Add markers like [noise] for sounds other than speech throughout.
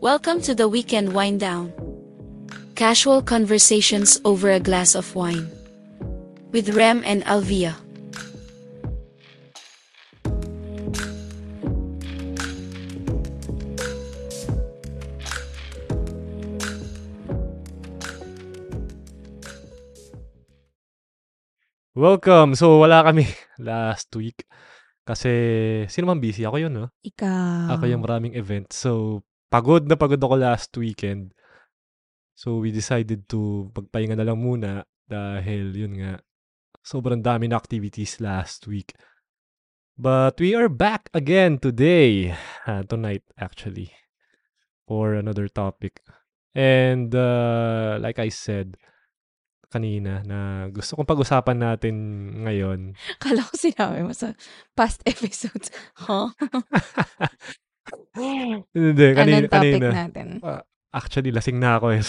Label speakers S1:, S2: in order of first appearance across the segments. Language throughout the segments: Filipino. S1: Welcome to the weekend wind down. Casual conversations over a glass of wine. With Rem and Alvia.
S2: Welcome! So, wala kami [laughs] last week. Kasi, sino man busy? Ako yun, no?
S3: Ikaw.
S2: Ako yung maraming events. So, pagod na pagod ako last weekend. So, we decided to pagpahinga na lang muna dahil, yun nga, sobrang dami na activities last week. But we are back again today, ah, tonight actually, for another topic. And uh, like I said kanina na gusto kong pag-usapan natin ngayon
S3: [laughs]
S2: [laughs]
S3: Kala ko sinabi mo sa past [laughs] episodes. Huh?
S2: Hindi, kanina.
S3: Anong topic
S2: kanina.
S3: natin?
S2: Actually, lasing na ako eh. [laughs]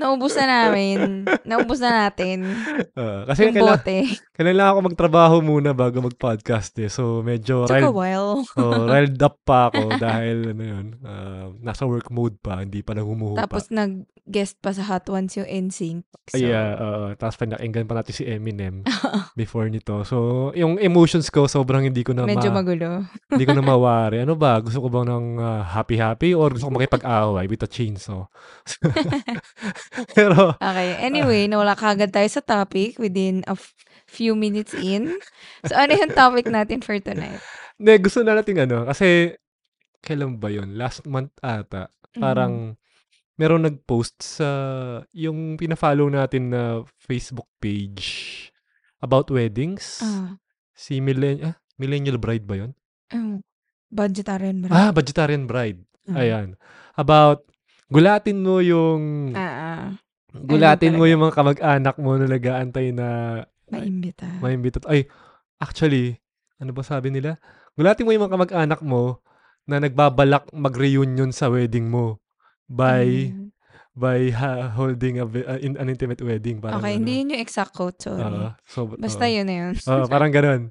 S2: So,
S3: Naubos na namin. Naubos na
S2: [laughs]
S3: natin.
S2: uh, kasi
S3: Yung
S2: kaila, [laughs]
S3: bote.
S2: kailangan ako magtrabaho muna bago mag-podcast eh. So, medyo
S3: Took
S2: riled,
S3: a while. [laughs]
S2: oh, riled up pa ako dahil ano yun, uh, nasa work mode pa, hindi pa nagumuho pa.
S3: Tapos nag-guest pa sa Hot Ones yung NSYNC. So,
S2: Ay, yeah, oo. tapos pinakinggan pa natin si
S3: [laughs]
S2: Eminem before nito. So, yung emotions ko sobrang hindi ko na
S3: medyo
S2: ma-
S3: magulo.
S2: hindi
S3: [laughs]
S2: ko na mawari. Ano ba? Gusto ko ba ng ah, happy-happy or gusto ko makipag-away with a chainsaw? [laughs] Pero,
S3: Okay.
S2: [laughs]
S3: Anyway, nawala kagad tayo sa topic within a f- few minutes in. So, ano yung topic natin for tonight?
S2: Hindi, gusto na natin ano. Kasi, kailan ba yun? Last month ata.
S3: Mm. Mm-hmm.
S2: Parang, meron nag-post sa yung pina-follow natin na Facebook page about weddings.
S3: Mm.
S2: Si Millennial, ah, Millennial Bride ba yun?
S3: Ah, um, budgetarian ba?
S2: Ah, Vegetarian Bride.
S3: Mm.
S2: Ayan. About, gulatin mo yung,
S3: Ah, ah.
S2: gulatin mo
S3: talaga.
S2: yung mga kamag-anak mo na nag-aantay na
S3: Maimbita.
S2: may imbita't- Ay, actually, ano ba sabi nila? Gulatin mo yung mga kamag-anak mo na nagbabalak mag-reunion sa wedding mo by
S3: Mm.
S2: by [laughs] ha- holding a, ve- uh, in, an intimate wedding. Parang ano.
S3: Okay,
S2: Ah.
S3: hindi yun yung exact quote, sorry.
S2: Oo, so-
S3: Basta
S2: oo.
S3: yun na yun.
S2: Oo, parang ganun.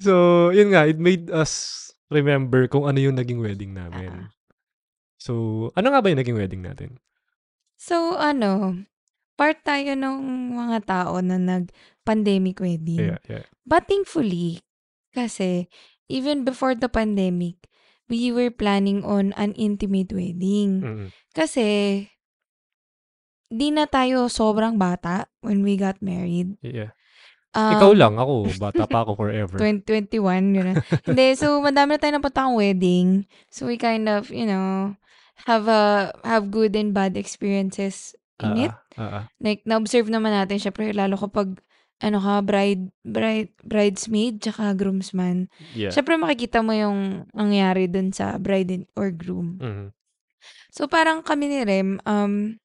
S2: So, yun nga, it made us remember kung ano yung naging wedding namin.
S3: Ah.
S2: So, ano nga ba yung naging wedding natin?
S3: So, ano, part tayo ng mga tao na nag-pandemic wedding.
S2: Yeah, yeah.
S3: But thankfully, kasi even before the pandemic, we were planning on an intimate wedding.
S2: Mm.
S3: Kasi, di na tayo sobrang bata when we got married.
S2: yeah.
S3: Um,
S2: Ikaw lang, ako, bata pa ako
S3: [laughs]
S2: forever. [laughs]
S3: 2021, gano'n. Hindi, so madami na tayo napunta kang wedding. So we kind of, you know, have a have good and bad experiences in it.
S2: Ah, ah, ah, ah.
S3: Like, na-observe naman natin, syempre, lalo kapag, ano ka, bride, bride, bridesmaid, tsaka groomsman.
S2: Yeah.
S3: Syempre, makikita mo yung nangyari dun sa bride and- or groom.
S2: Mhm.
S3: So, parang kami ni Rem, um,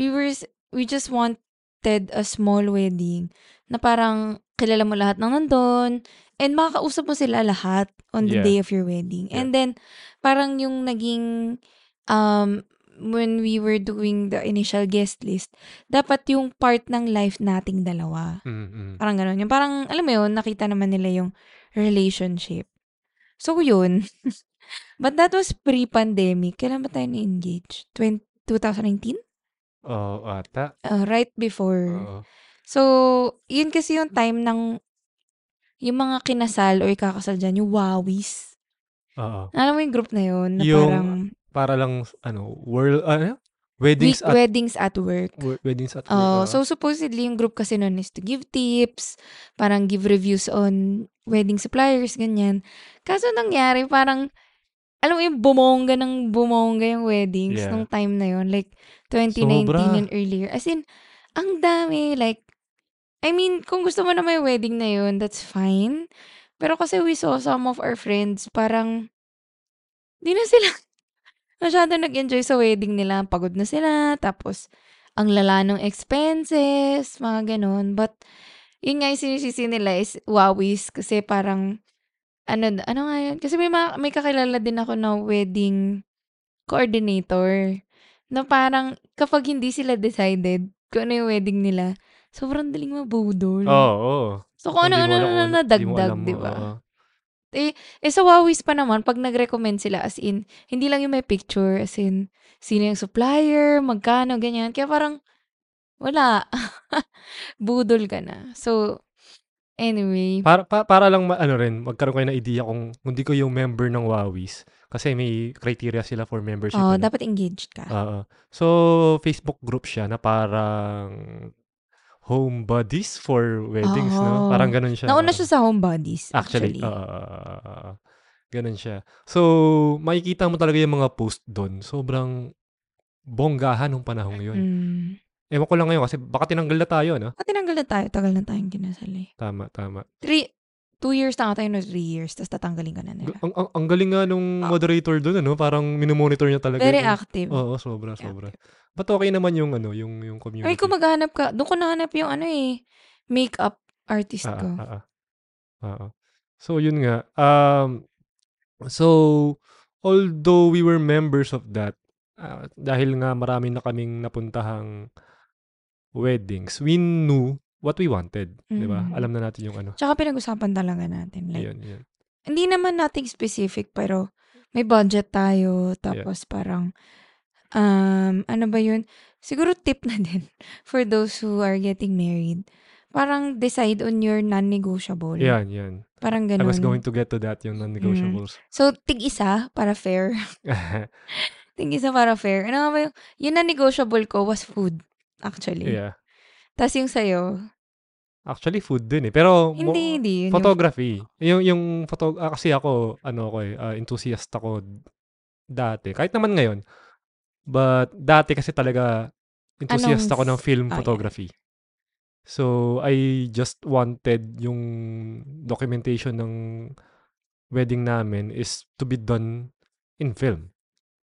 S3: we were, s- we just wanted a small wedding na parang kilala mo lahat ng nandun and makakausap mo sila lahat on the
S2: Yeah.
S3: day of your wedding. And then, parang yung naging, um, when we were doing the initial guest list, dapat yung part ng life nating dalawa.
S2: Mm, mm.
S3: Parang ganun. Yung parang, alam mo yun, nakita naman nila yung relationship. So, yun. [laughs] But that was pre-pandemic. Kailan ba tayo na-engage? 20- 2019?
S2: Oo, ata.
S3: Uh, right before.
S2: Oo.
S3: So, yun kasi yung time ng yung mga kinasal or ikakasal dyan, yung wawis.
S2: Oo.
S3: Alam mo yung group na yun? Na
S2: Yung
S3: parang
S2: Para lang, ano, world, ano? Weddings
S3: week-
S2: at,
S3: weddings at work.
S2: we- weddings at work.
S3: Oh, so supposedly yung group kasi nun is to give tips, parang give reviews on wedding suppliers, ganyan. Kaso nangyari, parang, alam mo yung bumongga ng bumongga yung weddings
S2: Yeah.
S3: nung time na yun. Like, 2019
S2: Sobra.
S3: and earlier. As in, ang dami. Like, I mean, kung gusto mo na may wedding na yun, that's fine. Pero kasi we saw some of our friends, parang, di na sila [laughs] masyado nag-enjoy sa wedding nila. Pagod na sila. Tapos, ang lala ng expenses, mga ganun. But, yun nga yung sinisisi nila is wawis. Kasi parang, ano, ano nga yun? Kasi may, mga, may kakilala din ako na wedding coordinator. Na parang, kapag hindi sila decided kung ano yung wedding nila, sobrang daling mabudol.
S2: Oo, oo.
S3: so,
S2: Oh,
S3: kung
S2: Hindi mo
S3: ano-ano
S2: alam kung
S3: na
S2: ano- hindi mo
S3: nadagdag,
S2: alam,
S3: di ba?
S2: oo.
S3: Eh, eh sa Wowis pa naman, pag nag-recommend sila, as in, hindi lang yung may picture, as in, sino yung supplier, magkano, ganyan. Kaya parang, wala. [laughs] Budol ka na. So, anyway.
S2: Para, pa- para lang, ma- ano rin, magkaroon kayo ng idea kung hindi ko yung member ng Wawis. Kasi may criteria sila for membership.
S3: Oh,
S2: ano.
S3: dapat engaged ka.
S2: Oo. So, Facebook group siya na parang home buddies for weddings, no?
S3: Oo.
S2: Parang ganun siya.
S3: Oh. Nauna siya sa homebodies,
S2: Actually,
S3: actually.
S2: ah, ganun siya. So, makikita mo talaga yung mga post doon. Sobrang bonggahan nung panahong yun.
S3: Mm.
S2: Ewan ko lang ngayon kasi baka tinanggal na tayo, no?
S3: At tinanggal na tayo. Tagal na tayong kinasal eh.
S2: Tama, tama.
S3: Three, two years na nga tayo, no? Three years. Tapos tatanggalin ka na
S2: G-
S3: nila.
S2: Ang, ang, ang galing nga nung moderator doon, ano? Parang minomonitor niya talaga.
S3: Ah. Very
S2: yung-
S3: active.
S2: ah, Oo, sobra, sobra. But okay naman yung, ano, yung, yung community.
S3: Ay, kung maghanap ka, doon ko nahanap yung ano eh, makeup artist
S2: Ah,
S3: ko.
S2: ah, ah, ah. Ah, ah. So, yun nga. Um, so, although we were members of that, ah, dahil nga marami na kaming napuntahang weddings, we knew what we wanted. Di ba?
S3: Mm.
S2: Alam na natin yung ano.
S3: Tsaka pinag-usapan talaga natin. Like,
S2: Yun, yun.
S3: hindi naman nating specific, pero may budget tayo. Tapos parang, um, ano ba yun? Siguro tip na din [laughs] for those who are getting married. Parang decide on your non-negotiable.
S2: Yan, yan.
S3: Parang
S2: I
S3: ganun.
S2: was going to get to that, yung non-negotiables.
S3: So, tig-isa para fair. [laughs] Mm-hmm. tig-isa para fair. Ano nga ba yung, yun na negotiable ko was food, actually.
S2: [laughs] yeah.
S3: Tapos yung sa'yo,
S2: Actually, food din eh. Pero, mo-
S3: hindi, hindi. Yun yung-
S2: photography. Yung, yung photo, ah, kasi ako, ano ko eh, ah, enthusiast ako d- dati. Kahit naman ngayon. But dati kasi talaga enthusiast
S3: Anong
S2: ako ng film
S3: s- ah, yeah.
S2: photography. So, I just wanted yung documentation ng wedding namin is to be done in film.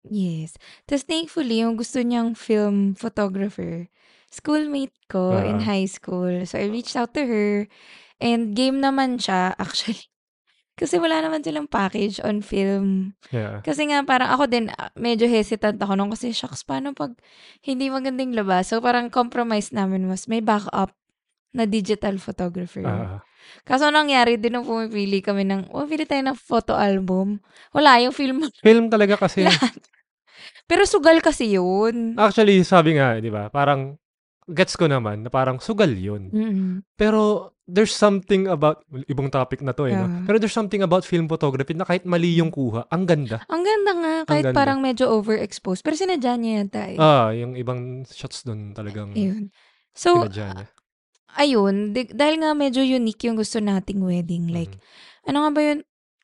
S3: Yes. Tapos thankfully, yung gusto niyang film photographer, schoolmate ko in
S2: Ah.
S3: high school. So I reached out to her and game naman siya [laughs] actually. Kasi wala naman silang package on film.
S2: Yeah.
S3: Kasi nga parang ako din ah, medyo hesitant ako nung kasi shocks paano pag hindi magandang labas. So parang compromise namin was may backup na digital photographer.
S2: Ah,
S3: Kaso anong nangyari din nung pumipili kami ng, oh, pili tayo ng photo album. Wala, yung film. [laughs]
S2: film talaga kasi.
S3: Pero sugal kasi yun.
S2: actually, sabi nga, eh, di ba, parang gets ko naman na parang sugal yun.
S3: Mm-mm.
S2: Pero there's something about, ibang topic na to eh, no?
S3: Yeah.
S2: pero there's something about film photography na kahit mali yung kuha, ang ganda.
S3: Ang ganda nga, kahit
S2: ganda.
S3: parang medyo overexposed. Pero sinadya niya yata eh.
S2: Ah, yung ibang shots doon talagang
S3: Ayun. So, ah,
S2: pinadya niya.
S3: ayun. di- dahil nga medyo unique yung gusto nating wedding. Like, ano nga ba yun?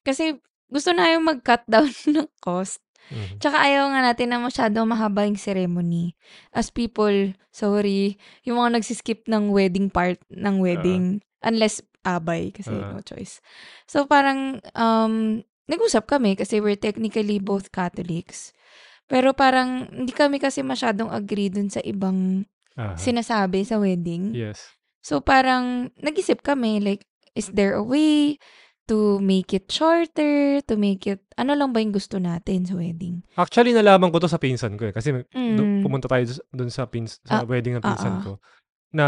S3: Kasi gusto na yung mag-cut down [laughs] ng cost.
S2: Mhm, mhm.
S3: Tsaka ayaw nga natin na masyado mahaba yung ceremony. As people, sorry, yung mga nagsiskip ng wedding part ng wedding. unless abay, kasi
S2: Ah.
S3: no choice. So parang, um, nag-usap kami kasi we're technically both Catholics. Pero parang hindi kami kasi masyadong agree dun sa ibang
S2: Aha.
S3: sinasabi sa wedding.
S2: Ah, yes.
S3: So parang nag-isip kami like is there a way to make it shorter, to make it ano lang ba yung gusto natin sa wedding?
S2: Actually, nalaman ko to sa pinsan ko eh. Kasi may- do-
S3: Mm.
S2: pumunta tayo doon sa, pins, sa wedding ng pinsan
S3: ah.
S2: ko na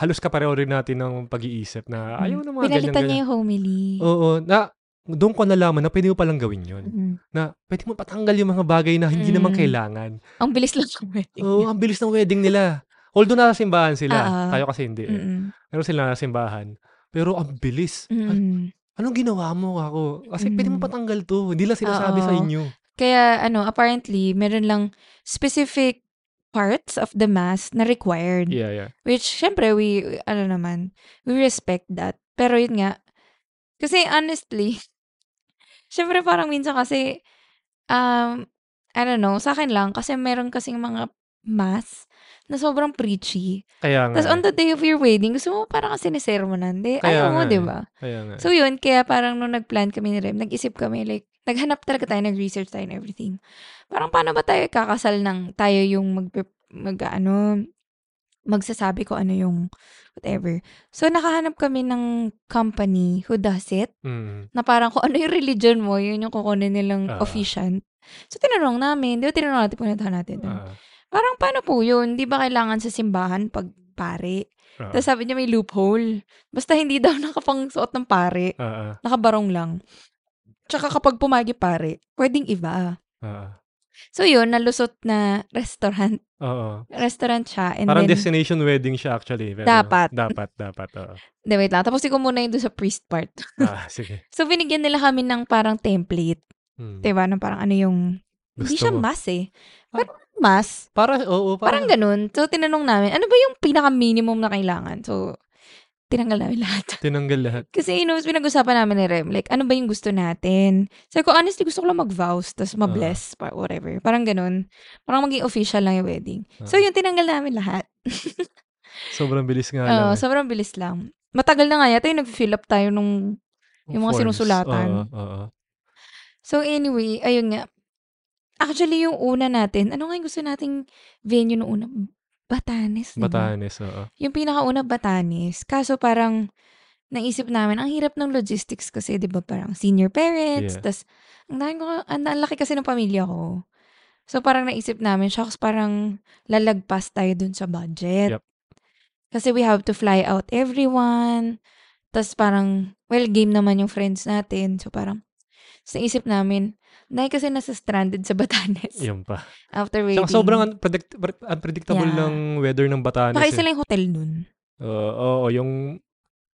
S2: halos kapareho rin natin ng pag-iisip na Ah, ayaw na mga
S3: Mm. Pinalitan niya
S2: ganyan-ganyan. Oh.
S3: yung homily.
S2: Oo, na doon ko nalaman na pwede mo palang gawin yun.
S3: Mm.
S2: Na pwede mo patanggal yung mga bagay na hindi naman
S3: Mm.
S2: kailangan.
S3: Ang bilis lang ng wedding.
S2: Oo, ang bilis ng wedding nila. Although nasa simbahan sila.
S3: Ah, ah.
S2: Tayo kasi hindi. Eh.
S3: Mm-mm.
S2: Pero sila nasa simbahan. Pero ang bilis. An-
S3: Mm-mm.
S2: anong ginawa mo ako? Kasi pwede mo
S3: Mm.
S2: patanggal to. Hindi lang sinasabi sa
S3: Oo.
S2: inyo.
S3: Kaya ano, apparently meron lang specific parts of the mass na required.
S2: Yeah, yeah.
S3: Which, syempre, we, ano naman, we respect that. Pero yun nga, kasi honestly, [laughs] syempre parang minsan kasi, um, I don't know, sa akin lang, kasi meron kasing mga mass na sobrang preachy.
S2: Kaya nga.
S3: Tapos on
S2: eh.
S3: the day of your wedding, gusto mo parang kasi nisermonan. Di,
S2: Kaya
S3: ayaw mo,
S2: nga
S3: di
S2: eh.
S3: ba?
S2: Kaya nga. eh.
S3: So yun, kaya parang nung nag-plan kami ni Rem, nag-isip kami, like, naghanap talaga tayo, nag-research tayo and everything. Parang paano ba tayo kakasal ng tayo yung mag, mag ano, magsasabi ko ano yung whatever. So nakahanap kami ng company who does it,
S2: Mm.
S3: na parang kung ano yung religion mo, yun yung kukunin nilang
S2: Ah.
S3: officiant. So tinanong namin, di ba tinanong natin, pinuntahan natin. dun.
S2: Ah,
S3: Parang paano po yun? Di ba kailangan sa simbahan pag pare?
S2: ah,
S3: Tapos sabi niya may loophole. Basta hindi daw [laughs] nakapangsuot ng pare
S2: ah, ah.
S3: nakabarong lang. Tsaka kapag pumagi pare, pwedeng iba.
S2: Ah,
S3: So yun, nalusot na restaurant. [laughs]
S2: oo.
S3: Restaurant siya. And
S2: Parang
S3: then,
S2: destination wedding siya actually. Pero
S3: Dapat.
S2: Dapat, dapat.
S3: [laughs]
S2: oo.
S3: Hindi, wait lang. Tapusin ko muna yung doon sa priest part. [laughs]
S2: Ah, sige.
S3: So, binigyan nila kami ng parang template.
S2: Hmm.
S3: Diba? Ng parang ano yung... Hindi
S2: Gusto
S3: siya
S2: mo.
S3: mas eh. Parang mas.
S2: Para, oo,
S3: Parang
S2: parang,
S3: ganun. So, tinanong namin, ano ba yung pinaka-minimum na kailangan? So, tinanggal namin [laughs] lahat.
S2: tinanggal lahat.
S3: Kasi, you know, pinag-usapan namin ni Rem, like, ano ba yung gusto natin? Sabi ko, honestly, gusto ko lang mag-vows, tapos ma-bless, par- whatever. Parang ganun. Parang maging official lang yung wedding. So,
S2: Ah.
S3: yun, tinanggal namin lahat.
S2: Sobrang bilis nga lang.
S3: Oo, sobrang bilis lang. Matagal na nga yata yung nag-fill up tayo nung... yung mga
S2: Forms.
S3: sinusulatan.
S2: Oo, oo.
S3: So, anyway, ayun nga. Actually, yung una natin, ano nga yung gusto nating venue nung una? Batanes, di ba?
S2: Batanes, oo.
S3: Yung pinakauna, Batanes. Kaso parang naisip namin, ang hirap ng logistics kasi, di ba, parang senior parents.
S2: Yeah.
S3: tas ang dami ko, ang, ang laki kasi ng pamilya ko. So parang naisip namin, shocks, parang lalagpas tayo dun sa budget.
S2: Yup.
S3: Kasi we have to fly out everyone. Tapos parang, well, game naman yung friends natin. So parang, so naisip namin, dahil kasi nasa stranded sa Batanes
S2: Yun pa.
S3: [laughs] after waiting.
S2: Tsaka sobrang ano unpredict- unpredictable
S3: Yeah.
S2: ng weather ng Batanes. eh.
S3: Baka isa lang yung hotel nun.
S2: Oo, oo, yung...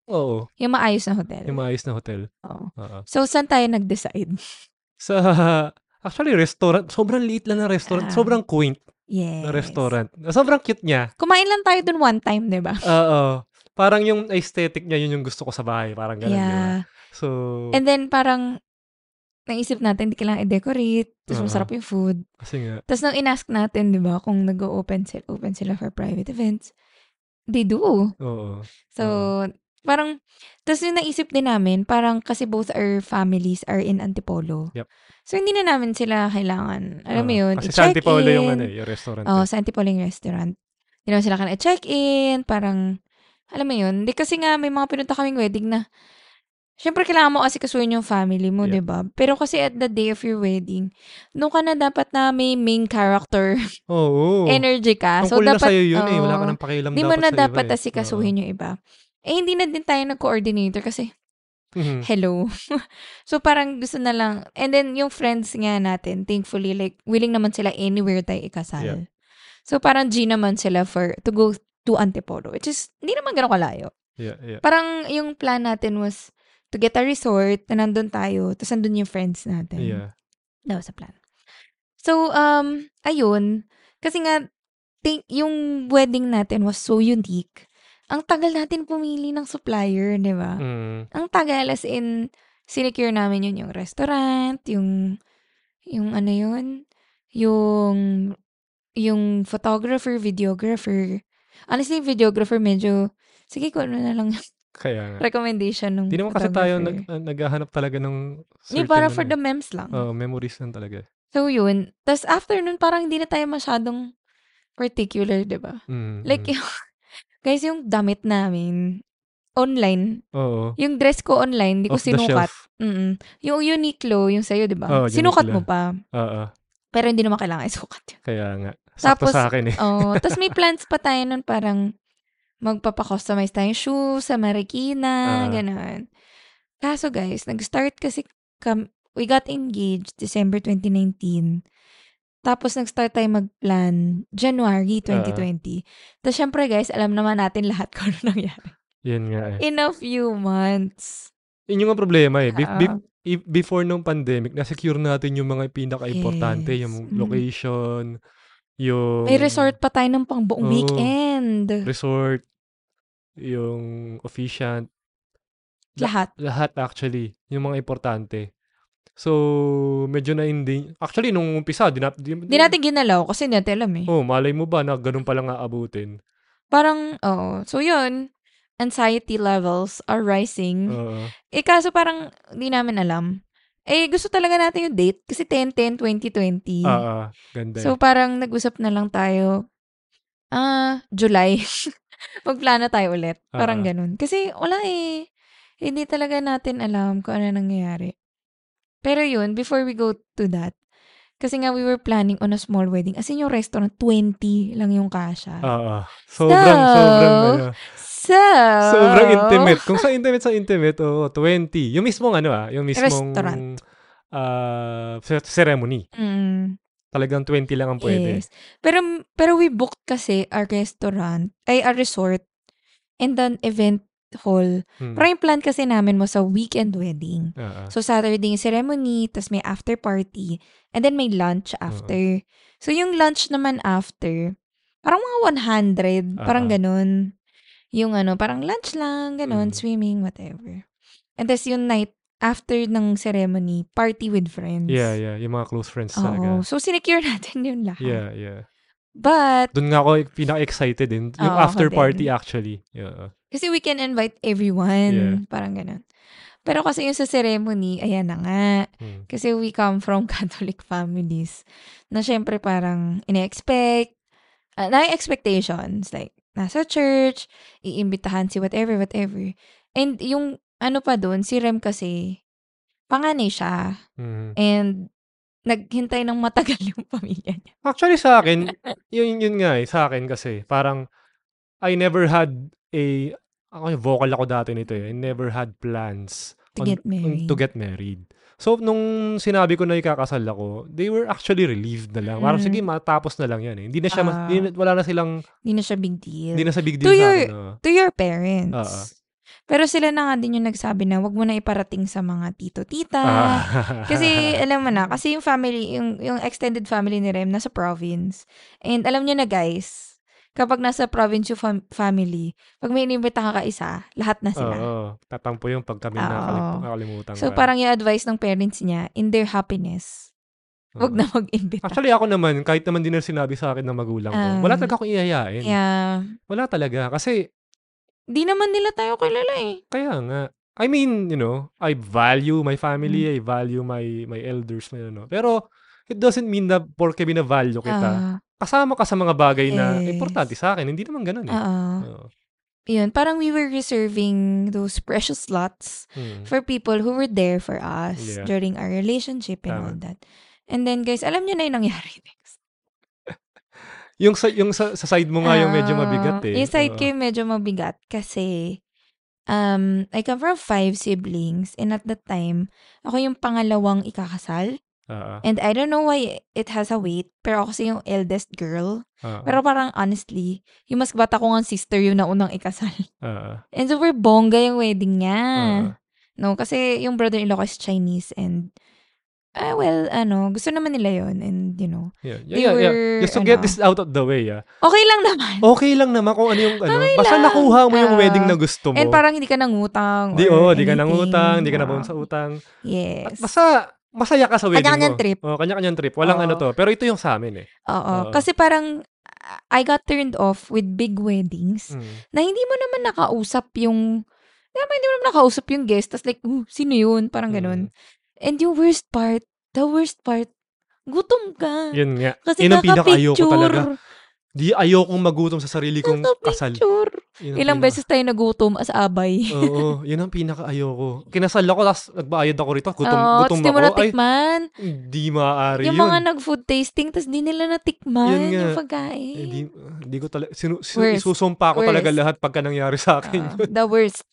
S2: Oo,
S3: Yung maayos na hotel.
S2: yung maayos na hotel.
S3: Oo.
S2: Oo.
S3: So, saan tayo nag-decide?
S2: Sa... Actually, restaurant. Sobrang liit lang ng restaurant.
S3: Ah.
S2: Sobrang quaint
S3: Yes.
S2: na restaurant. Sobrang cute niya.
S3: Kumain lang tayo dun one time, di ba?
S2: Oo. Parang yung aesthetic niya, yun yung gusto ko sa bahay. Parang ganun. di ba?
S3: yeah.
S2: So,
S3: And then, parang, naisip natin, hindi kailangan i-decorate. Tapos,
S2: Oo.
S3: masarap yung food.
S2: kasi nga,
S3: Tapos, nung inask natin, di ba, kung nag-open sila, open sila for private events, they do.
S2: oo.
S3: So,
S2: Uh-huh.
S3: parang, tapos yung naisip din namin, parang kasi both our families are in Antipolo.
S2: Yup.
S3: So, hindi na namin sila kailangan, alam mo
S2: Oo.
S3: yun,
S2: Uh-huh. Kasi
S3: i-check
S2: Santi Paolo yung,
S3: in.
S2: ano, eh, yung restaurant. eh.
S3: Oh, sa Antipoling Restaurant. Hindi naman sila kailangan check-in, parang, alam mo yun, di kasi nga may mga pinunta kaming wedding na, syempre kailangan mo kasi kasuin yung family mo,
S2: Yeah.
S3: di ba? Pero kasi at the day of your wedding, doon ka na dapat na may main character [laughs]
S2: Oo.
S3: energy Ah, ka.
S2: Tungkol na sa'yo yun eh. Wala
S3: oo,
S2: ka nang pakialam
S3: oh. Di mo na
S2: sa iba
S3: dapat
S2: eh.
S3: asikasuhin yung iba. Eh, hindi na din tayo nag-coordinator kasi,
S2: Oo. Mhm.
S3: hello. [laughs] so, parang gusto na lang. And then, yung friends nga natin, thankfully, like, willing naman sila anywhere tayo ikasal.
S2: Yeah.
S3: So, parang G naman sila for, to go to Antipolo, which is, hindi naman ganun kalayo.
S2: Yeah, yeah.
S3: Parang yung plan natin was to get a resort na nandun tayo, tapos nandun yung friends natin.
S2: Yeah.
S3: That was the plan. So, um, ayun. Kasi nga, think, yung wedding natin was so unique. Ang tagal natin pumili ng supplier, di ba?
S2: Mm.
S3: ang tagal as in sinecure namin yun yung restaurant, yung yung ano yun, yung yung photographer, videographer. Honestly, videographer medyo sige ko ano na lang yung [laughs]
S2: Kaya nga.
S3: recommendation ng
S2: Hindi naman kasi tayo nag,
S3: photographer.
S2: uh, naghahanap talaga ng
S3: Hindi,
S2: certain
S3: para
S2: ano
S3: for
S2: eh.
S3: the memes lang.
S2: Oo, memories lang talaga. eh.
S3: So, yun. Tapos, after nun, parang hindi na tayo masyadong particular, di ba?
S2: Mm,
S3: Like,
S2: mm.
S3: yung, [laughs] guys, yung damit namin, online.
S2: oo.
S3: Yung dress ko online, hindi ko
S2: Off the
S3: sinukat.
S2: shelf.
S3: Mm-mm. Yung Uniqlo, yung sa'yo, di ba?
S2: Oo,
S3: Sinukat
S2: Uniqlo.
S3: mo pa.
S2: Oo,
S3: Pero hindi naman kailangan isukat yun.
S2: kaya nga. Sakto
S3: Tapos,
S2: sa akin eh.
S3: Oo. Tapos may plans pa tayo nun parang magpapakustomize tayong shoes sa Marikina,
S2: Ah.
S3: ganun. Kaso guys, nag-start kasi kam- we got engaged December 2019. Tapos nag-start tayo mag-plan January 2020. Tapos syempre guys, alam naman natin lahat kung ano nangyari.
S2: Yun nga eh.
S3: In a few months.
S2: Yun yung nga problema eh. Be-
S3: Ah.
S2: be- i- before nung pandemic, na-secure natin yung mga pinaka-importante.
S3: Yes.
S2: Yung
S3: Mm.
S2: location, yung...
S3: May resort pa tayo ng pang buong
S2: Oo.
S3: weekend.
S2: Resort. Yung officiant.
S3: Lahat.
S2: Lahat actually. Yung mga importante. So, medyo na hindi. Actually, nung umpisa, di, na, di,
S3: Di natin ginalaw kasi hindi natin alam eh.
S2: Oh, malay mo ba na ganun palang aabutin?
S3: Parang, oo. So, yun. Anxiety levels are rising.
S2: Oo.
S3: Eh, kaso parang, di namin alam. Eh, gusto talaga natin yung date kasi 10-10-2020.
S2: Ah, ah, ganda. eh.
S3: so, parang nag-usap na lang tayo. Ah, July. [laughs] Magplano tayo ulit. Parang
S2: Ah.
S3: ganun. Kasi, wala eh. Hindi talaga natin alam kung ano nangyayari. Pero yun, before we go to that, kasi nga we were planning on a small wedding. As in yung restaurant, 20 lang yung kasha.
S2: Ah, ah. Sobrang, sobrang, ano,
S3: So, So,
S2: sobrang intimate. Kung sa intimate, sa intimate, oo, 20. Yung mismong ano ah, yung mismong
S3: Restaurant.
S2: ah, ce- ceremony.
S3: Mm.
S2: Talagang 20 lang ang pwede.
S3: Yes. Pero pero we booked kasi a restaurant, ay a resort and an event hall.
S2: Hmm.
S3: Parang yung plan kasi namin mo sa weekend wedding.
S2: Ah, ah.
S3: So Saturday yung ceremony, tas may after party, and then may lunch after. So yung lunch naman after, parang mga 100, parang
S2: Ah.
S3: ganun. Yung ano, parang lunch lang, ganun,
S2: Mm.
S3: swimming, whatever. And tas yung night after ng ceremony, party with friends.
S2: yeah, yeah. Yung mga close friends
S3: Oo.
S2: talaga.
S3: So, sinecure [laughs] natin yun lahat.
S2: Yeah, yeah.
S3: But,
S2: Doon nga ako pinaka-excited din. Yung
S3: Oo, ako
S2: after party
S3: din.
S2: actually. Yeah. ah.
S3: kasi we can invite everyone.
S2: Yeah.
S3: Parang ganun. Pero kasi yung sa ceremony, ayan na nga.
S2: Hmm.
S3: Kasi we come from [laughs] Catholic families. Na syempre parang ine-expect, uh, na-expectations. Like, nasa church, iimbitahan si whatever, whatever. And yung ano pa doon, si Rem kasi, panganay siya.
S2: Mhm.
S3: And naghintay ng matagal [laughs] yung pamilya niya.
S2: Actually sa
S3: [laughs]
S2: akin, yun yun nga eh, sa akin kasi parang I never had a ako vocal ako dati nito eh. I never had plans
S3: To
S2: on-
S3: get
S2: on-
S3: married.
S2: to get married. So nung sinabi ko na ikakasal ako, they were actually relieved na lang. Parang
S3: Mm.
S2: sige, matapos na lang yan eh. Hindi na siya mas-
S3: Ah.
S2: di na- wala na silang
S3: Hindi na siya big deal.
S2: hindi na sa big
S3: To
S2: deal sa
S3: your-
S2: akin. ah.
S3: to your parents.
S2: Oo.
S3: Pero sila na nga din yung nagsabi na wag mo na iparating sa mga tito-tita.
S2: Ah.
S3: Kasi
S2: [laughs]
S3: alam mo na, kasi yung family, yung, yung extended family ni Rem nasa province. And alam niyo na guys, kapag nasa province yung fam- family, pag may inimbita ka ka isa, lahat na [laughs] sila.
S2: Ah, [laughs] Oo. Tatampo yung pag kami
S3: Ah, Oo.
S2: nakalim- nakalimutan
S3: so
S2: ka.
S3: parang yung advice ng parents niya, in their happiness, wag
S2: Oo.
S3: na mag-imbita.
S2: Actually, ako naman, kahit naman din na sinabi sa akin ng magulang ko,
S3: Ah.
S2: wala talaga akong iyayain.
S3: Kaya,
S2: Wala talaga. Kasi,
S3: di naman nila tayo kilala eh.
S2: kaya nga, I mean, you know, I value my
S3: Hmm.
S2: family, I value my my elders, my ano. Pero, it doesn't mean na porke binavalue kita.
S3: Ah,
S2: kasama ka sa mga bagay na
S3: Yes. Ah.
S2: importante sa akin. Hindi naman ganun eh. Oo.
S3: oo. Yun, parang we were reserving those precious slots
S2: Mm.
S3: for people who were there for us
S2: Yeah.
S3: during our relationship and
S2: Tama.
S3: all that. And then guys, alam niyo na yung nangyari [laughs] next.
S2: Yung, sa, yung sa, sa side mo nga yung medyo mabigat eh.
S3: Ah, Yung side
S2: Oo.
S3: ko yung medyo mabigat kasi um, I come from five siblings and at that time, ako yung pangalawang ikakasal.
S2: Oo.
S3: And I don't know why it has a weight, pero ako kasi yung eldest girl.
S2: Oo.
S3: eh, Pero parang honestly, yung mas bata ko ng sister yung naunang ikasal. [laughs]
S2: Oo.
S3: And super bongga yung wedding niya.
S2: Oo.
S3: No, kasi yung brother-in-law ko is Chinese and ah well, ano, gusto naman nila yon and you know.
S2: Yeah, yeah,
S3: They
S2: yeah, yeah.
S3: were,
S2: Just to get
S3: ano,
S2: this out of the way, ah.
S3: Okay lang naman.
S2: Okay lang naman kung ano yung ano.
S3: Okay
S2: Basta
S3: lang.
S2: nakuha mo yung
S3: Ah.
S2: wedding na gusto mo.
S3: And parang hindi ka nangutang.
S2: Di, oh,
S3: or
S2: di ka
S3: anything.
S2: nangutang, di ka
S3: Wow.
S2: nabaon sa utang. At
S3: Yes.
S2: basta, masaya ka sa wedding
S3: Kanya-kanyang
S2: mo.
S3: trip.
S2: Oh, kanya-kanyang trip. Walang
S3: Oo.
S2: ano to. Pero ito yung sa amin eh.
S3: Oo.
S2: Oo.
S3: Kasi parang ah, I got turned off with big weddings
S2: Mm.
S3: na hindi mo naman nakausap yung Diba, hindi mo naman nakausap yung guest. Tapos like, "Ooh, sino yun? Parang ganun.
S2: Mm.
S3: And yung worst part, the worst part, gutom ka.
S2: Yun nga.
S3: Kasi
S2: Yun ang pinaka-ayoko
S3: kakapicture.
S2: talaga. Di ayokong magutom sa sarili kong kasal.
S3: Kakapicture.
S2: Yun ang
S3: Ilang
S2: pinaka- Oh,
S3: beses tayo nagutom as abay.
S2: Oo, yun ang pinaka-ayoko. Kinasal ako, tapos nagbayad ako rito. Gutom,
S3: Oo,
S2: gutom
S3: tas di mo
S2: ako. Ay,
S3: natikman.
S2: hindi maaari
S3: yung
S2: yun.
S3: mga nag-food tasting, tas di nila natikman
S2: Yun nga.
S3: yung pagkain.
S2: Eh, di, di ko talaga, sinu, sinu,
S3: Worst.
S2: isusumpa ko talaga
S3: Worst.
S2: lahat pagka nangyari sa akin.
S3: Oo, Ah, the worst.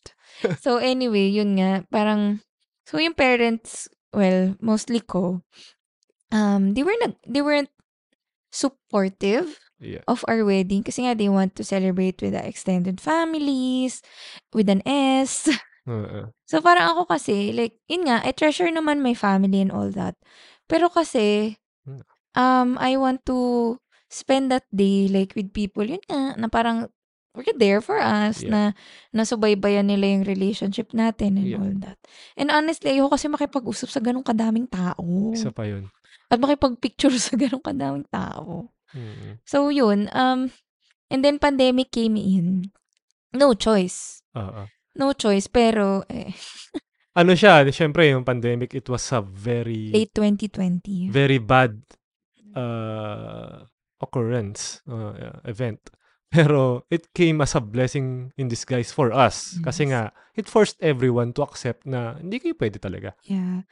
S3: So anyway, yun nga, parang, so yung parents, well, mostly ko, um, they, were nag, they weren't supportive
S2: yeah.
S3: of our wedding kasi nga they want to celebrate with the extended families, with an S.
S2: [laughs] Oo.
S3: So parang ako kasi, like, yun nga, I treasure naman my family and all that. Pero kasi,
S2: Hmm.
S3: um, I want to spend that day, like, with people, yun nga, na parang, we're there for us,
S2: Yeah.
S3: na nasubaybayan nila yung relationship natin and
S2: Yeah.
S3: all that. And honestly, ayoko kasi makipag-usap sa ganong kadaming tao.
S2: Isa pa yun.
S3: At makipag-picture [laughs] sa ganong kadaming tao.
S2: Mm.
S3: So, yun. Um, and then, pandemic came in. No choice.
S2: Oo.
S3: No choice. Pero, eh,
S2: Ano siya, syempre yung pandemic, it was a very,
S3: late 2020.
S2: very bad
S3: Mm.
S2: uh, occurrence, uh, yeah, event. [laughs] Pero it came as a blessing in disguise for us. Kasi
S3: Yes.
S2: nga, it forced everyone to accept na hindi kayo pwede talaga.
S3: Yeah.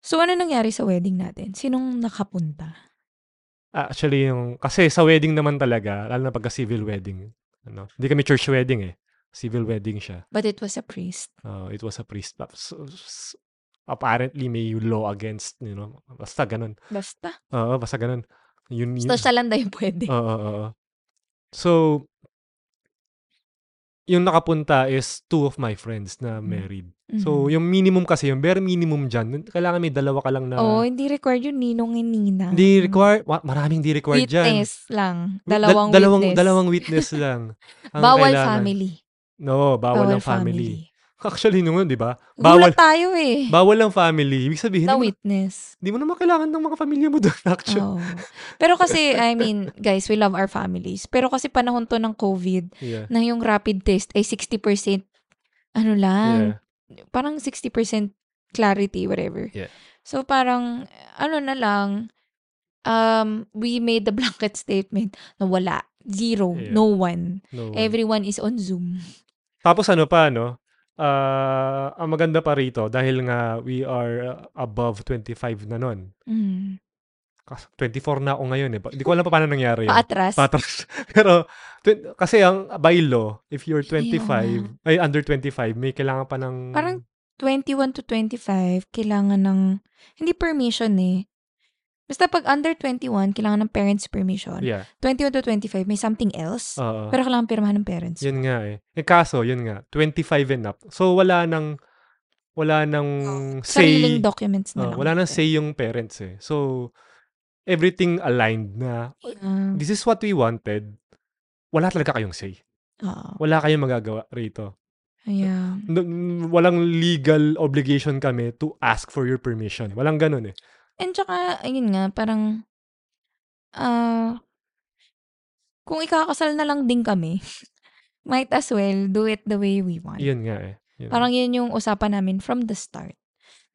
S3: So, ano nangyari sa wedding natin? Sinong nakapunta?
S2: Actually, yung, kasi sa wedding naman talaga, lalo na pagka civil wedding, ano, hindi kami church wedding eh. Civil wedding siya.
S3: But it was a priest.
S2: Uh, it was a priest. But s- s- apparently may law against, you know, basta ganun.
S3: Basta.
S2: Oo, basta ganun. Yun, yun.
S3: Basta siya lang daw yung pwede.
S2: Oo, oo, oo. So, yung nakapunta is two of my friends na
S3: Mm.
S2: married. So,
S3: Mm-hmm.
S2: yung minimum kasi, yung bare minimum dyan, kailangan may dalawa ka lang na
S3: Oo, hindi required yung ninong and nina.
S2: Hindi require, wa- maraming hindi required dyan.
S3: Mm. Witness lang.
S2: Dal-
S3: Dalawang
S2: dalawang,
S3: witness.
S2: Dalawang witness
S3: [laughs]
S2: lang. ang
S3: Bawal
S2: kailangan.
S3: family.
S2: No, bawal, ang family. [laughs] Actually, noon, di ba? Bawal,
S3: Gulat tayo eh.
S2: bawal ang family. Ibig sabihin,
S3: na
S2: hindi mo, [laughs]
S3: witness.
S2: di mo naman kailangan ng mga pamilya mo [laughs] doon,
S3: Oh,
S2: actually.
S3: Oo. Pero kasi, I mean, guys, we love our families. Pero kasi panahon to ng COVID,
S2: Yeah.
S3: na yung rapid test ay 60%, ano lang,
S2: Yeah.
S3: parang 60% clarity, whatever.
S2: Yeah.
S3: So parang, ano na lang, um, we made the [laughs] blanket statement na wala. Zero.
S2: Yeah.
S3: No one.
S2: No.
S3: Everyone is on Zoom.
S2: Tapos ano pa, no? Ah, ang maganda pa rito, dahil nga we are uh, above 25 na nun.
S3: Mm.
S2: Kas- 24 na ako ngayon eh. Pa- Hindi ko alam pa paano nangyari yun.
S3: Paatras.
S2: Patras. [laughs] Pero, twen- kasi ang by law, if you're 25,
S3: Ayun
S2: ay under 25, may kailangan pa ng...
S3: Parang 21 to 25, kailangan ng, hindi permission eh. Basta pag under 21, kailangan ng parents' permission.
S2: Yeah.
S3: 21 to 25, may something else.
S2: Oo.
S3: pero kailangan pirmahan ng parents.
S2: yun nga eh. Eh kaso, yun nga, 25 and up. So, wala nang, wala nang say...
S3: Sariling documents na
S2: Oo,
S3: lang.
S2: wala nang say yung parents eh. So, everything aligned na
S3: Yeah.
S2: this is what we wanted. Wala talaga kayong say.
S3: Oo.
S2: Wala kayong magagawa rito.
S3: oh, yeah.
S2: N- n- walang legal obligation kami to ask for your permission. Walang ganun eh.
S3: And tsaka, ayun nga, parang, ah, kung ikakasal na lang din kami, [laughs] might as well do it the way we want.
S2: Yun nga eh. Yun.
S3: Parang yun yung usapan namin from the start.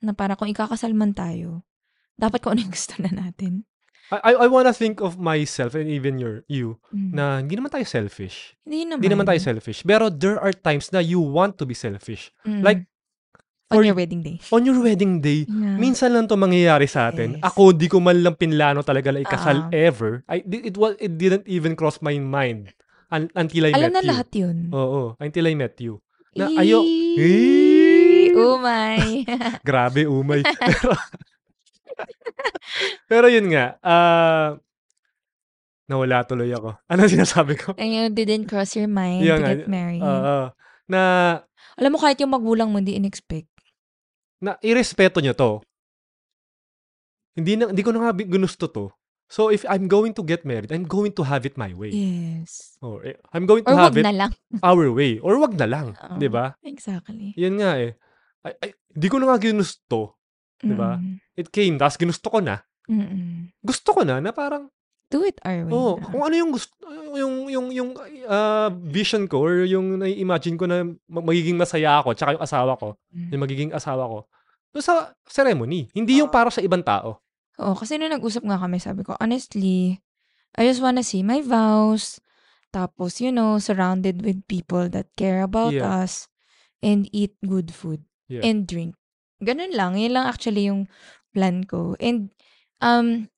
S3: Na para kung ikakasal man tayo, dapat kung ano yung [laughs] gusto na natin.
S2: I, I, I wanna think of myself and even your you
S3: Mm.
S2: na hindi naman tayo selfish.
S3: hindi naman.
S2: Hindi naman tayo selfish. Pero there are times na you want to be selfish.
S3: Mm.
S2: like,
S3: on
S2: for-
S3: your wedding
S2: [laughs]
S3: day.
S2: On your wedding day,
S3: Yeah.
S2: minsan lang to mangyayari sa atin.
S3: Mm. Yes.
S2: Ako, di ko man lang pinlano talaga na ikasal
S3: Ah.
S2: ever. I, di- it, was, it didn't even cross my mind un- until I
S3: Alam
S2: met
S3: na
S2: you.
S3: lahat yun.
S2: Oo, until I met you. Na,
S3: Eee!
S2: ayo, Eee!
S3: Oh my. [laughs]
S2: Grabe, umay. [laughs] pero, pero yun nga, ah, nawala tuloy ako. [laughs] Ano sinasabi ko?
S3: And you didn't cross your mind
S2: Yeah
S3: to
S2: nga. ah.
S3: get married.
S2: Oo. na,
S3: Alam mo, kahit yung magulang mo, di in-expect.
S2: na irespeto nyo to. Hindi, na, hindi ko na nga bi- gusto to. So, if I'm going to get married, I'm going to have it my way.
S3: Yes.
S2: Or, eh, I'm going to
S3: Or
S2: have
S3: wag
S2: it
S3: na lang.
S2: our way. Or wag na lang.
S3: Oo.
S2: 'di ba?
S3: Exactly.
S2: Yun nga eh. Ay, ay, di ko na nga ginusto. Di ba?
S3: Mm-mm.
S2: It came, tapos ginusto ko na.
S3: Mm. Mm-mm.
S2: Gusto ko na, na parang,
S3: Do it our way.
S2: oh,
S3: na.
S2: kung ano yung gusto, yung, yung, yung ah, vision ko or yung nai-imagine ko na ma- magiging masaya ako tsaka yung asawa ko,
S3: Mm.
S2: yung magiging asawa ko, doon sa ceremony. Hindi yung para sa ibang tao.
S3: Oo, kasi nung nag-usap nga kami, sabi ko, honestly, I just wanna see my vows. Tapos, you know, surrounded with people that care about
S2: Yeah.
S3: us and eat good food
S2: Yeah.
S3: and drink. Ganun lang. Yun lang actually yung plan ko. And, um,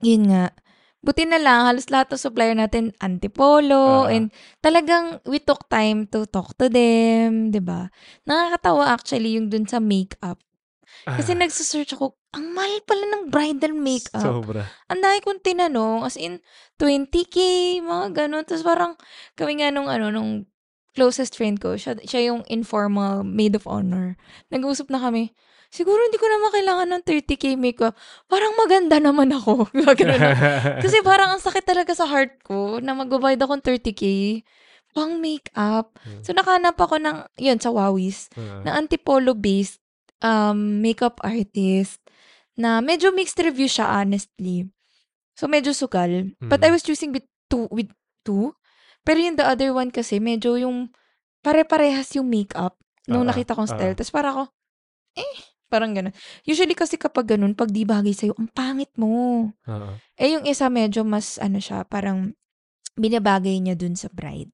S3: yun nga, buti na lang, halos lahat ng supplier natin, antipolo,
S2: Ah.
S3: and talagang we took time to talk to them, 'di ba Nakakatawa actually yung dun sa makeup.
S2: [laughs]
S3: Kasi
S2: Ah,
S3: nagsasearch ako, ang mahal pala ng bridal makeup. [laughs]
S2: Sobra.
S3: ang dami kong tinanong, as in, 20k, mga ganun. Tapos parang, kami nga nung, ano, nung closest friend ko, siya, siya yung informal maid of honor. Nag-uusap na kami, siguro hindi ko naman kailangan ng 30k makeup. Parang maganda naman ako. [laughs]
S2: [laughs]
S3: Gano'n. Kasi parang ang sakit talaga sa heart ko na magbabayad akong 30k pang makeup.
S2: Mm.
S3: So nakahanap ako ng, yun, sa Wawis,
S2: Ah,
S3: na antipolo-based um, makeup artist na medyo mixed review siya, honestly. So, medyo sukal. But
S2: Mm.
S3: I was choosing with two, with two. Pero yung the other one kasi, medyo yung pare-parehas yung makeup nung
S2: Ah,
S3: nakita kong
S2: ah,
S3: style. Tapos para ako, eh, parang ganun. Usually kasi kapag ganun, pag di bagay sa'yo, ang pangit mo.
S2: ah, ah.
S3: Eh, yung isa medyo mas, ano siya, parang binabagay niya dun sa bride.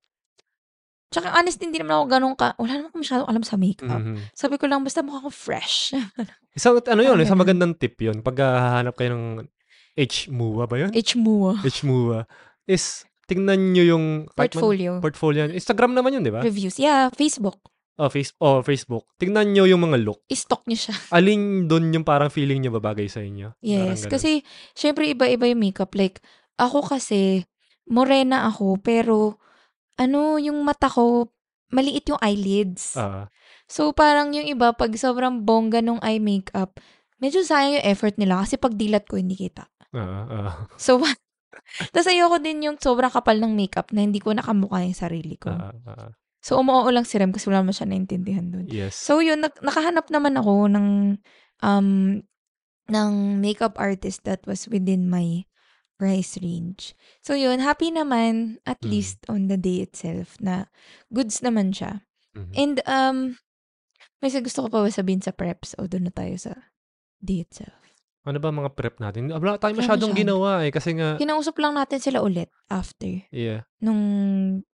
S3: Tsaka honest, hindi naman ako ganun ka, wala naman ako masyadong alam sa makeup.
S2: Mhm.
S3: Sabi ko lang, basta mukha ko fresh. [laughs]
S2: Isang, ano yun,
S3: Parang
S2: isang
S3: ganun.
S2: magandang tip yun. Pag ah, hahanap kayo ng H-MUA ba yun?
S3: H. Mua.
S2: H-MUA is, tingnan nyo yung
S3: Portfolio.
S2: portfolio. Instagram naman yun, di ba?
S3: Reviews. Yeah, Facebook.
S2: Oh, face, oh, Facebook. Tingnan nyo yung mga look.
S3: I-stalk niyo siya.
S2: Alin doon yung parang feeling nyo babagay sa inyo? Parang
S3: Yes,
S2: ganun.
S3: kasi syempre iba-iba yung makeup. Like, ako kasi, morena ako, pero ano, yung mata ko, maliit yung eyelids.
S2: Ah,
S3: So, parang yung iba, pag sobrang bongga nung eye makeup, medyo sayang yung effort nila kasi pag dilat ko, hindi kita.
S2: ah, ah.
S3: So, [laughs] tapos ayoko din yung sobrang kapal ng makeup na hindi ko nakamukha yung sarili ko.
S2: ah, ah.
S3: So, umuoo lang si Rem kasi wala naman siya naintindihan dun.
S2: Yes.
S3: So, yun, nak- nakahanap naman ako ng, um, ng makeup artist that was within my price range. So, yun, happy naman, at
S2: Mm.
S3: least on the day itself, na goods naman siya.
S2: Mhm.
S3: And, um, may isa gusto ko pa ba sabihin sa preps o doon na tayo sa day itself.
S2: Ano ba mga prep natin? Wala tayo
S3: Wala
S2: masyadong
S3: masyado.
S2: ginawa eh. Kasi nga,
S3: Kinausap lang natin sila ulit after.
S2: yeah.
S3: Nung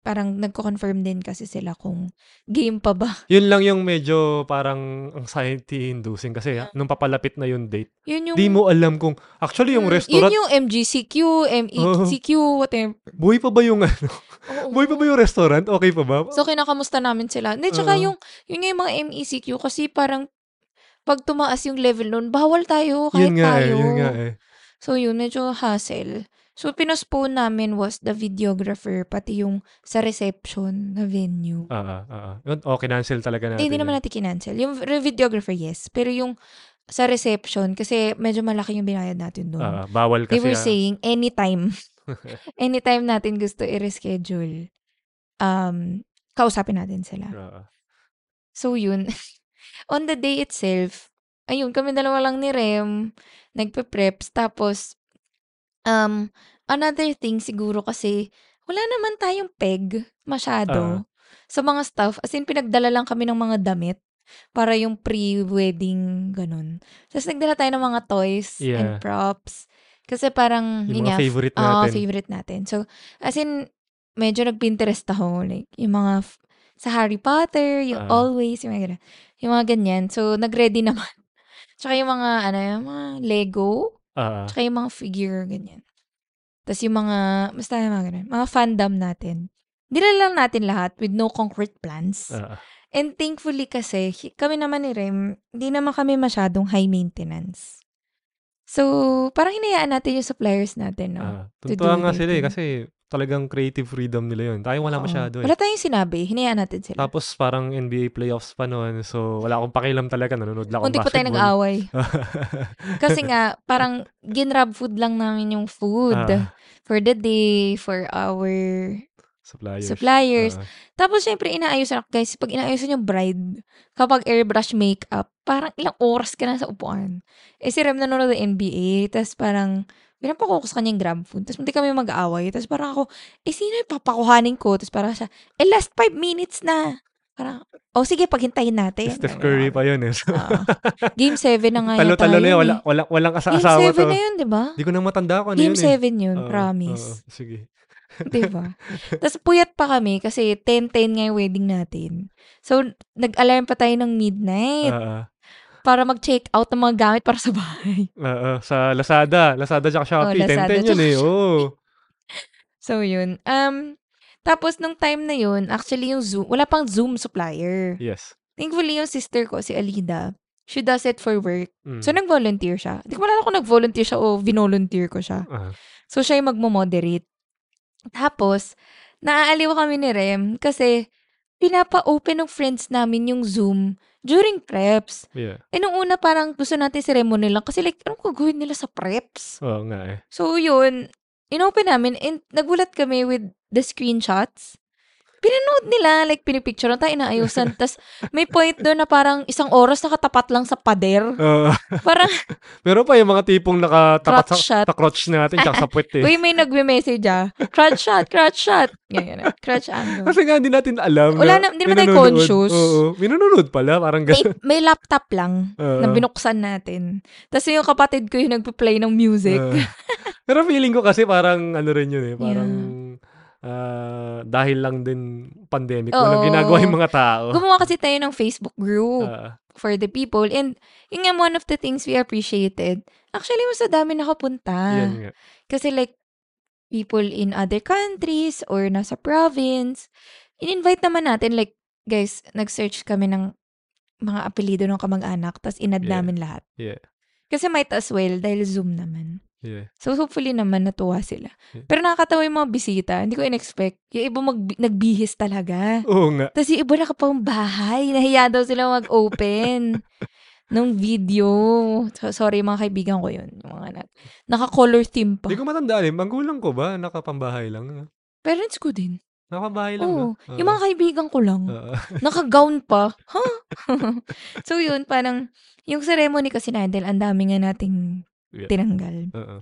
S3: parang nagko-confirm din kasi sila kung game pa ba.
S2: Yun lang yung medyo parang anxiety-inducing. Kasi ah, nung papalapit na yung date,
S3: Yun yung...
S2: di mo alam kung, actually yung
S3: Mm,
S2: restaurant,
S3: Yun yung MGCQ, E MECQ, whatever.
S2: buhay pa ba yung ano?
S3: Oo.
S2: Buhay pa ba yung restaurant? Okay pa ba?
S3: So, kinakamusta namin sila. Hindi, tsaka
S2: Oo.
S3: yung, yun nga yung mga MECQ kasi parang pag tumaas yung level nun, bawal tayo kahit
S2: yun nga
S3: tayo.
S2: eh, yun nga eh.
S3: So, yun, medyo hassle. So, pinospone namin was the videographer, pati yung sa reception na venue.
S2: Ah, ah, ah, ah. Yun, oh, kinancel talaga natin.
S3: Hindi, hindi naman natin kinancel. Yung re- videographer, yes. Pero yung sa reception, kasi medyo malaki yung binayad natin doon.
S2: Ah, ah, bawal kasi.
S3: They
S2: ah.
S3: were saying anytime.
S2: [laughs]
S3: anytime natin gusto i-reschedule. Um, kausapin natin sila.
S2: Ah, ah.
S3: So yun. [laughs] On the day itself, ayun, kami dalawa lang ni Rem, nagpe-preps. Tapos, um, another thing siguro kasi, wala naman tayong peg
S2: Ah.
S3: masyado sa mga staff. As in, pinagdala lang kami ng mga damit para yung pre-wedding, ganun. Tapos nagdala tayo ng mga toys
S2: Yeah.
S3: and props. Kasi parang,
S2: Yung
S3: yun
S2: mga
S3: nga,
S2: favorite
S3: Oo,
S2: natin.
S3: Ah, favorite natin. So, as in, medyo nag-Pinterest ako. Like, yung mga f- sa Harry Potter, yung
S2: Ah.
S3: Always, yung mga ganyan. Yung mga ganyan. So, nag-ready [laughs] naman. Tsaka yung mga, ano, yung mga Lego.
S2: Ah, ah.
S3: Tsaka yung mga figure, ganyan. Tapos yung mga, basta yung mga ganun. Mga fandom natin. Dinala lang natin lahat with no concrete plans.
S2: Ah, ah.
S3: And thankfully kasi, hi- kami naman ni Rem, hindi naman kami masyadong high maintenance. So, parang hinayaan natin yung suppliers natin, no?
S2: Ah,
S3: to
S2: tuntua
S3: do
S2: nga
S3: their
S2: sila eh,
S3: thing.
S2: kasi talagang creative freedom nila yun. Tayo wala
S3: Oo.
S2: masyado eh.
S3: Wala tayong sinabi. Hinayaan natin sila.
S2: Tapos parang NBA playoffs pa noon, so wala akong pakialam talaga, nanonood lang ako ng
S3: Muntik pa tayo
S2: basketball. [laughs]
S3: nag-away. Kasi nga, parang ginrab food lang namin yung food
S2: Ah.
S3: for the day, for our
S2: Suppliers.
S3: suppliers.
S2: Ah,
S3: Tapos, syempre, inaayos na, guys, pag inaayosan yung bride, kapag airbrush makeup, parang ilang oras ka na sa upuan. Eh, si Rem nanonood ng NBA, tapos parang, pinapakukus kanya yung grab food. Tapos, hindi kami mag-aaway. Tapos, parang ako, eh, sino yung papakuhanin ko? Tapos, parang siya, eh, last five minutes na. Parang, oh, sige, paghintayin natin.
S2: Steph Curry pa yun eh. So,
S3: Oo. Game 7 na nga yata
S2: Talo-talo na yun.
S3: yun eh.
S2: Wala, wala, walang
S3: Game
S2: asa-asawa
S3: 7
S2: to.
S3: na yun, di ba?
S2: Hindi ko na matanda ko ano
S3: Game
S2: yun eh.
S3: 7 yun,
S2: Oo, oo,
S3: promise.
S2: sige.
S3: [laughs] Di ba? Tapos puyat pa kami kasi 10-10 nga yung wedding natin. So, nag-alarm pa tayo ng midnight
S2: Ah, ah.
S3: para mag-check out ng mga gamit para sa bahay. [laughs]
S2: Ah, ah. sa Lazada. Lazada tsaka Shopee.
S3: Oh, Lazada
S2: 10-10 yun
S3: tsaka
S2: eh. Oo.
S3: So, yun. Um, tapos, nung time na yun, actually yung Zoom, wala pang Zoom supplier.
S2: Yes.
S3: Thankfully, yung sister ko, si Alida, she does it for work.
S2: Mm.
S3: So, nag-volunteer siya. Hindi ko malala kung nag-volunteer siya o vinolunteer ko siya.
S2: Ah,
S3: So, siya yung magmo-moderate. Tapos, naaaliw kami ni Rem kasi pinapa-open ng friends namin yung Zoom during preps.
S2: yeah.
S3: Eh, nung una parang gusto natin ceremony lang kasi like, anong gagawin nila sa preps?
S2: Oo nga eh.
S3: So, yun, inopen namin and nagulat kami with the screenshots. Pinanood nila, like, pinipicture na tayo, inaayusan. Tapos, may point doon na parang isang oras nakatapat lang sa pader.
S2: Oo.
S3: Parang,
S2: Ah, [laughs] meron pa yung mga tipong nakatapat
S3: Crotch
S2: sa,
S3: shot.
S2: sa crotch natin tsaka sa puwet eh.
S3: [laughs] uy, may nagme-message ah. Crotch shot, crotch shot. Ganyan, crotch angle.
S2: Kasi nga, hindi natin alam.
S3: Wala
S2: na,
S3: na- hindi
S2: may
S3: naman tayo
S2: nanonood.
S3: conscious.
S2: Oo. May nanonood pala. Parang [laughs]
S3: may,
S2: gano'n.
S3: may laptop lang
S2: Oo.
S3: na binuksan natin. Tapos yung kapatid ko yung nagpa-play ng music.
S2: Oo. pero feeling ko kasi parang ano rin yun eh. Parang ah, dahil lang din pandemic. Walang
S3: Oo.
S2: ginagawa yung mga tao.
S3: Gumawa kasi tayo ng Facebook group
S2: Ah,
S3: for the people. And yun nga one of the things we appreciated. Actually, mas dami nakapunta.
S2: yun nga.
S3: Kasi like, people in other countries or nasa province, in-invite naman natin like, guys, nag-search kami ng mga apelido ng kamag-anak, tapos inad
S2: Yeah.
S3: namin lahat.
S2: Yeah.
S3: Kasi might as well, dahil Zoom naman.
S2: Yeah.
S3: So hopefully naman natuwa sila.
S2: Yeah.
S3: Pero nakakatawa yung mga bisita. Hindi ko in-expect. Yung iba mag- nagbihis talaga.
S2: Oo nga.
S3: Tapos yung iba nakapang bahay. Nahiya daw sila
S2: [laughs]
S3: mag-open ng video. So, sorry mga kaibigan ko yun. Yung mga nag- naka-color theme pa.
S2: Hindi ko matandaan eh. Magulang ko ba? Nakapambahay lang.
S3: Parents ko din.
S2: Nakapambahay lang.
S3: Oo.
S2: no? Ah.
S3: Yung mga kaibigan ko lang.
S2: [laughs] Oo.
S3: Naka-gown pa. Huh? [laughs] so yun, parang yung ceremony kasi na dahil ang dami nga nating
S2: Yeah.
S3: tinanggal.
S2: Oo.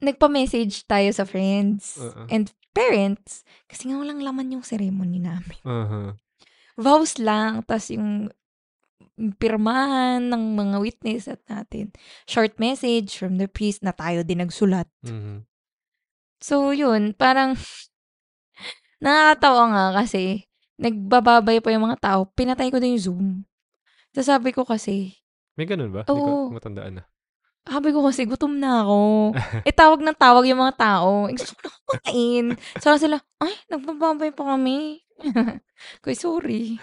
S3: Nagpa-message tayo sa friends
S2: Oo.
S3: and parents kasi nga walang laman yung ceremony namin.
S2: Aha.
S3: Vows lang, tas yung pirmahan ng mga witness at natin. Short message from the priest na tayo din nagsulat.
S2: Mhm.
S3: So, yun, parang [laughs] nakakatawa nga kasi nagbababay pa yung mga tao. Pinatay ko din yung Zoom. So, sabi ko kasi,
S2: May ganun ba? Hindi ko
S3: Oo.
S2: matandaan na.
S3: sabi ko kasi, gutom na ako. eh, tawag ng tawag yung mga tao. Eh, gusto ko na kumain. So, sila, ay, nagbababay pa kami. [laughs] Kaya, sorry.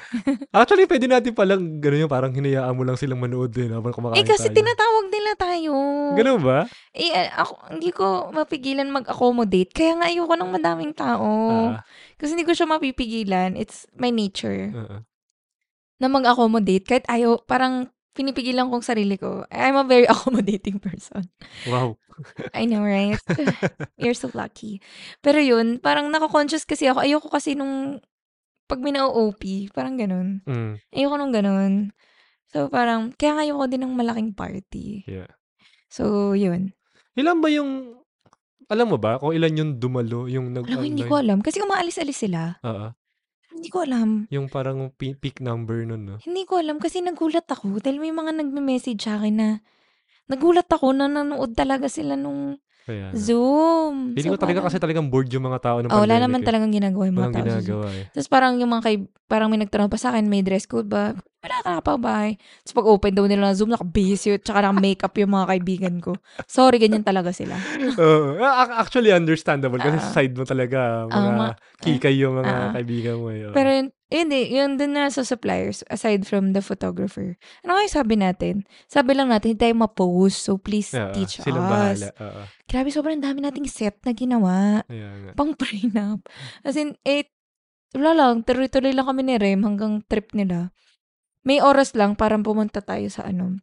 S2: Actually, pwede natin palang ganun yung parang hinayaan mo lang silang manood din habang kumakain
S3: eh, kasi
S2: tayo.
S3: tinatawag nila tayo.
S2: Ganun ba?
S3: Eh, eh, ako, hindi ko mapigilan mag-accommodate. Kaya nga, ayoko ng madaming tao.
S2: Ah,
S3: Kasi hindi ko siya mapipigilan. It's my nature.
S2: oo.
S3: na mag-accommodate kahit ayaw, parang pinipigilan kong sarili ko. I'm a very [laughs] accommodating person.
S2: Wow.
S3: I know, right? [laughs] You're so lucky. Pero yun, parang nakakonsyos kasi ako. Ayoko kasi nung pag may na-OP, parang ganun.
S2: Mm.
S3: Ayoko nung ganun. So parang, kaya nga ayoko din ng malaking party.
S2: Yeah.
S3: So, yun.
S2: Ilan ba yung... Alam mo ba kung ilan yung dumalo? Yung nag...
S3: Alam ko, hindi ko alam. Kasi umaalis-alis sila.
S2: Oo.
S3: Hindi ko alam.
S2: Yung parang pi- peak number nun, no?
S3: Hindi ko alam kasi nagulat ako dahil may mga nagme-message sa akin na nagulat ako na nanood talaga sila nung
S2: Kaya... ano.
S3: Zoom.
S2: Hindi ko
S3: So,
S2: talaga
S3: parang-
S2: kasi talagang bored yung mga tao ng
S3: Oh, wala
S2: pandemic
S3: naman
S2: eh.
S3: talagang ginagawa yung mga
S2: Walang
S3: tao. sa Zoom.
S2: ginagawa eh. [laughs]
S3: Tapos parang yung mga kay, parang may nagtanong pa sa akin, may dress code ba? Wala ka nakapabahay. Tapos pag open daw nila ng Zoom, naka-busy, tsaka naka-makeup yung mga kaibigan ko. Sorry, ganyan talaga sila.
S2: Oo. Ah, ac- actually, understandable. Kasi
S3: Ah.
S2: sa side mo talaga, mga
S3: Ang ma-
S2: kikay yung mga
S3: Ah.
S2: kaibigan mo. Yun.
S3: Pero yun, yun, eh, yun din na sa suppliers, aside from the photographer. Ano kayo sabi natin? Sabi lang natin, hindi tayo ma-post, so please
S2: Oo,
S3: teach
S2: silang
S3: us.
S2: bahala. Oo.
S3: Grabe, sobrang dami nating set na ginawa.
S2: Ayan nga.
S3: pang [laughs] prenup. As in, eh, wala lang, tuloy-tuloy lang kami ni Rem hanggang trip nila. May oras lang parang pumunta tayo sa ano.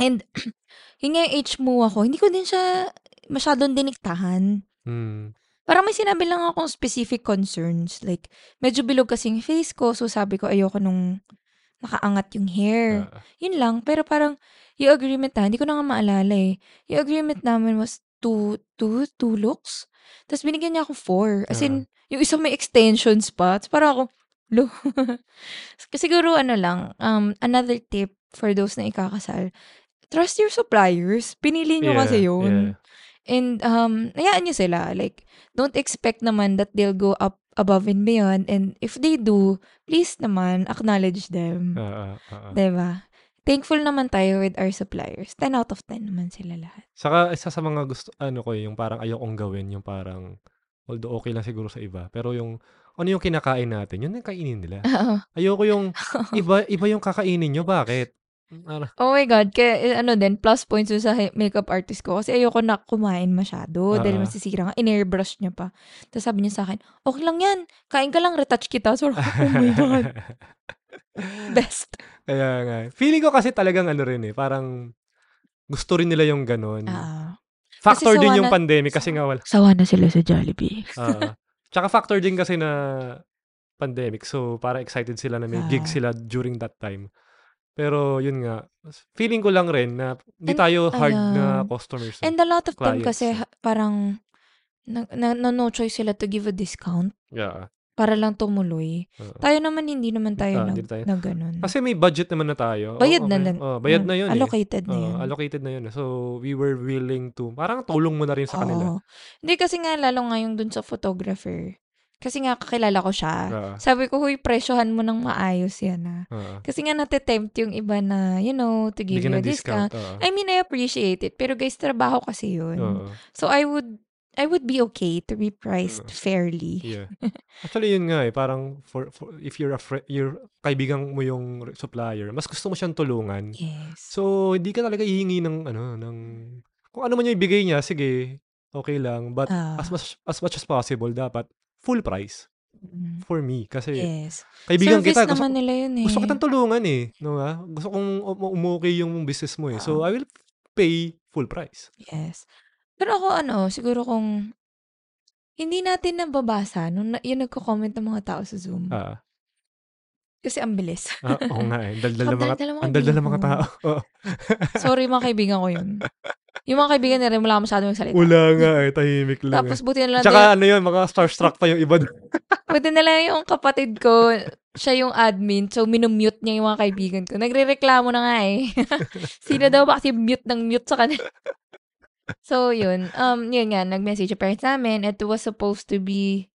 S3: And, [clears throat] yun nga yung HMU ako, hindi ko din siya masyadong diniktahan.
S2: Mm.
S3: Parang may sinabi lang akong specific concerns. Like, medyo bilog kasi yung face ko, so sabi ko ayoko nung nakaangat yung hair.
S2: Ah,
S3: Yun lang, pero parang yung agreement na, hindi ko na nga maalala eh. Yung agreement namin was two, two, two looks. Tapos binigyan niya ako four. As in, yung isang may extensions pa. Tapos parang ako, lo. [laughs] Siguro ano lang, um, another tip for those na ikakasal. Trust your suppliers. Pinili niyo
S2: yeah,
S3: kasi yun.
S2: yeah.
S3: And um, hayaan niyo sila. Like, don't expect naman that they'll go up above and beyond. And if they do, please naman acknowledge them.
S2: Ah, ah, ah, ah.
S3: Diba? Thankful naman tayo with our suppliers. 10 out of 10 naman sila lahat.
S2: Saka isa sa mga gusto ano ko eh, yung parang ayokong gawin, yung parang although okay lang siguro sa iba, pero yung ano yung kinakain natin, yun yung kainin nila.
S3: Oo.
S2: Ayoko yung iba iba yung kakainin nyo, bakit? Ano?
S3: [laughs] Oh my God. Kaya eh, ano din, plus points dun sa he- makeup artist ko. Kasi ayoko na kumain masyado. Dahil
S2: Ah.
S3: masisira nga. In-airbrush niya pa. Tapos sabi niya sa akin, okay lang yan. Kain ka lang, retouch kita. So, [laughs] oh my
S2: [laughs]
S3: God. Best.
S2: Kaya nga. Feeling ko kasi talagang ano rin eh, parang gusto rin nila yung ganun.
S3: Ah.
S2: Factor
S3: Kasi
S2: din
S3: sawa
S2: yung
S3: na-
S2: pandemic kasi nga wala.
S3: Sawa na sila sa Jollibee.
S2: Oo. tsaka factor din kasi na pandemic. So, para excited sila na may gig
S3: Ah.
S2: sila during that time. Pero, yun nga. Feeling ko lang rin na hindi
S3: And-
S2: tayo hard na
S3: ayan.
S2: customers. eh.
S3: And a lot of them
S2: Clients,
S3: kasi
S2: eh.
S3: ha- parang na, na, na no choice sila to give a discount
S2: yeah.
S3: para lang tumuloy.
S2: Oo.
S3: Tayo naman, hindi naman tayo
S2: Ah,
S3: nag,
S2: hindi tayo.
S3: na ganun.
S2: kasi may budget naman na tayo. Oh,
S3: Bayad na
S2: okay.
S3: din.
S2: Oh, bayad na yun eh.
S3: Allocated na
S2: Oo,
S3: yun.
S2: allocated na yun. eh. So, we were willing to, parang tulong mo na rin sa kanila.
S3: Oo. Hindi kasi nga lalo nga yung dun sa photographer. Kasi nga kakilala ko siya.
S2: Oo.
S3: Sabi ko, huy, presyohan mo ng maayos yan ah.
S2: Oo.
S3: Kasi nga nate-tempt yung iba na, you know, to give
S2: Bigyan
S3: you a
S2: ng discount. Oo.
S3: discount. I mean, I appreciate it. Pero guys, trabaho kasi yun.
S2: Oo.
S3: So, I would I would be okay to be priced
S2: Mm.
S3: fairly.
S2: Yeah. Actually, yun nga eh. Parang for, for if you're a friend, your kaibigan mo yung re- supplier, mas gusto mo siyang tulungan.
S3: Yes.
S2: So, hindi ka talaga hihingi ng ano, ng kung ano man yung ibigay niya, sige, okay lang. But
S3: Ah,
S2: as much as much as possible dapat full price
S3: mm,
S2: for me kasi
S3: yes.
S2: eh, kaibigan
S3: Service
S2: kita gusto,
S3: naman nila yun eh.
S2: gusto kitang tulungan eh, no nga? Gusto kong um- umukay yung business mo eh.
S3: Ah.
S2: So I will pay full price.
S3: Yes. Pero ako ano, siguro kung hindi natin nababasa nung na- yung nagko-comment ng mga tao sa Zoom.
S2: Ah,
S3: Kasi
S2: [laughs]
S3: ang bilis.
S2: ah oo nga eh.
S3: [laughs]
S2: Daldal ng
S3: Ang
S2: mga
S3: daldal ng mga
S2: ang daldal ng mga
S3: kaibigan
S2: tao.
S3: [laughs]
S2: Oo.
S3: Sorry mga kaibigan ko yun. Yung mga kaibigan na rin wala masyadong magsalita.
S2: Wala nga eh, tahimik lang.
S3: Tapos buti na
S2: eh.
S3: lang
S2: Tsaka ano yun, mga starstruck pa
S3: [laughs]
S2: yung iba. dun.
S3: Buti na lang yung kapatid ko, siya yung admin, so minumute niya yung mga kaibigan ko. Nagre-reklamo na nga eh. [laughs] Sino daw ba kasi mute ng mute sa kanila? so, yun. Um, yun nga, nag-message yung parents namin. It was supposed to be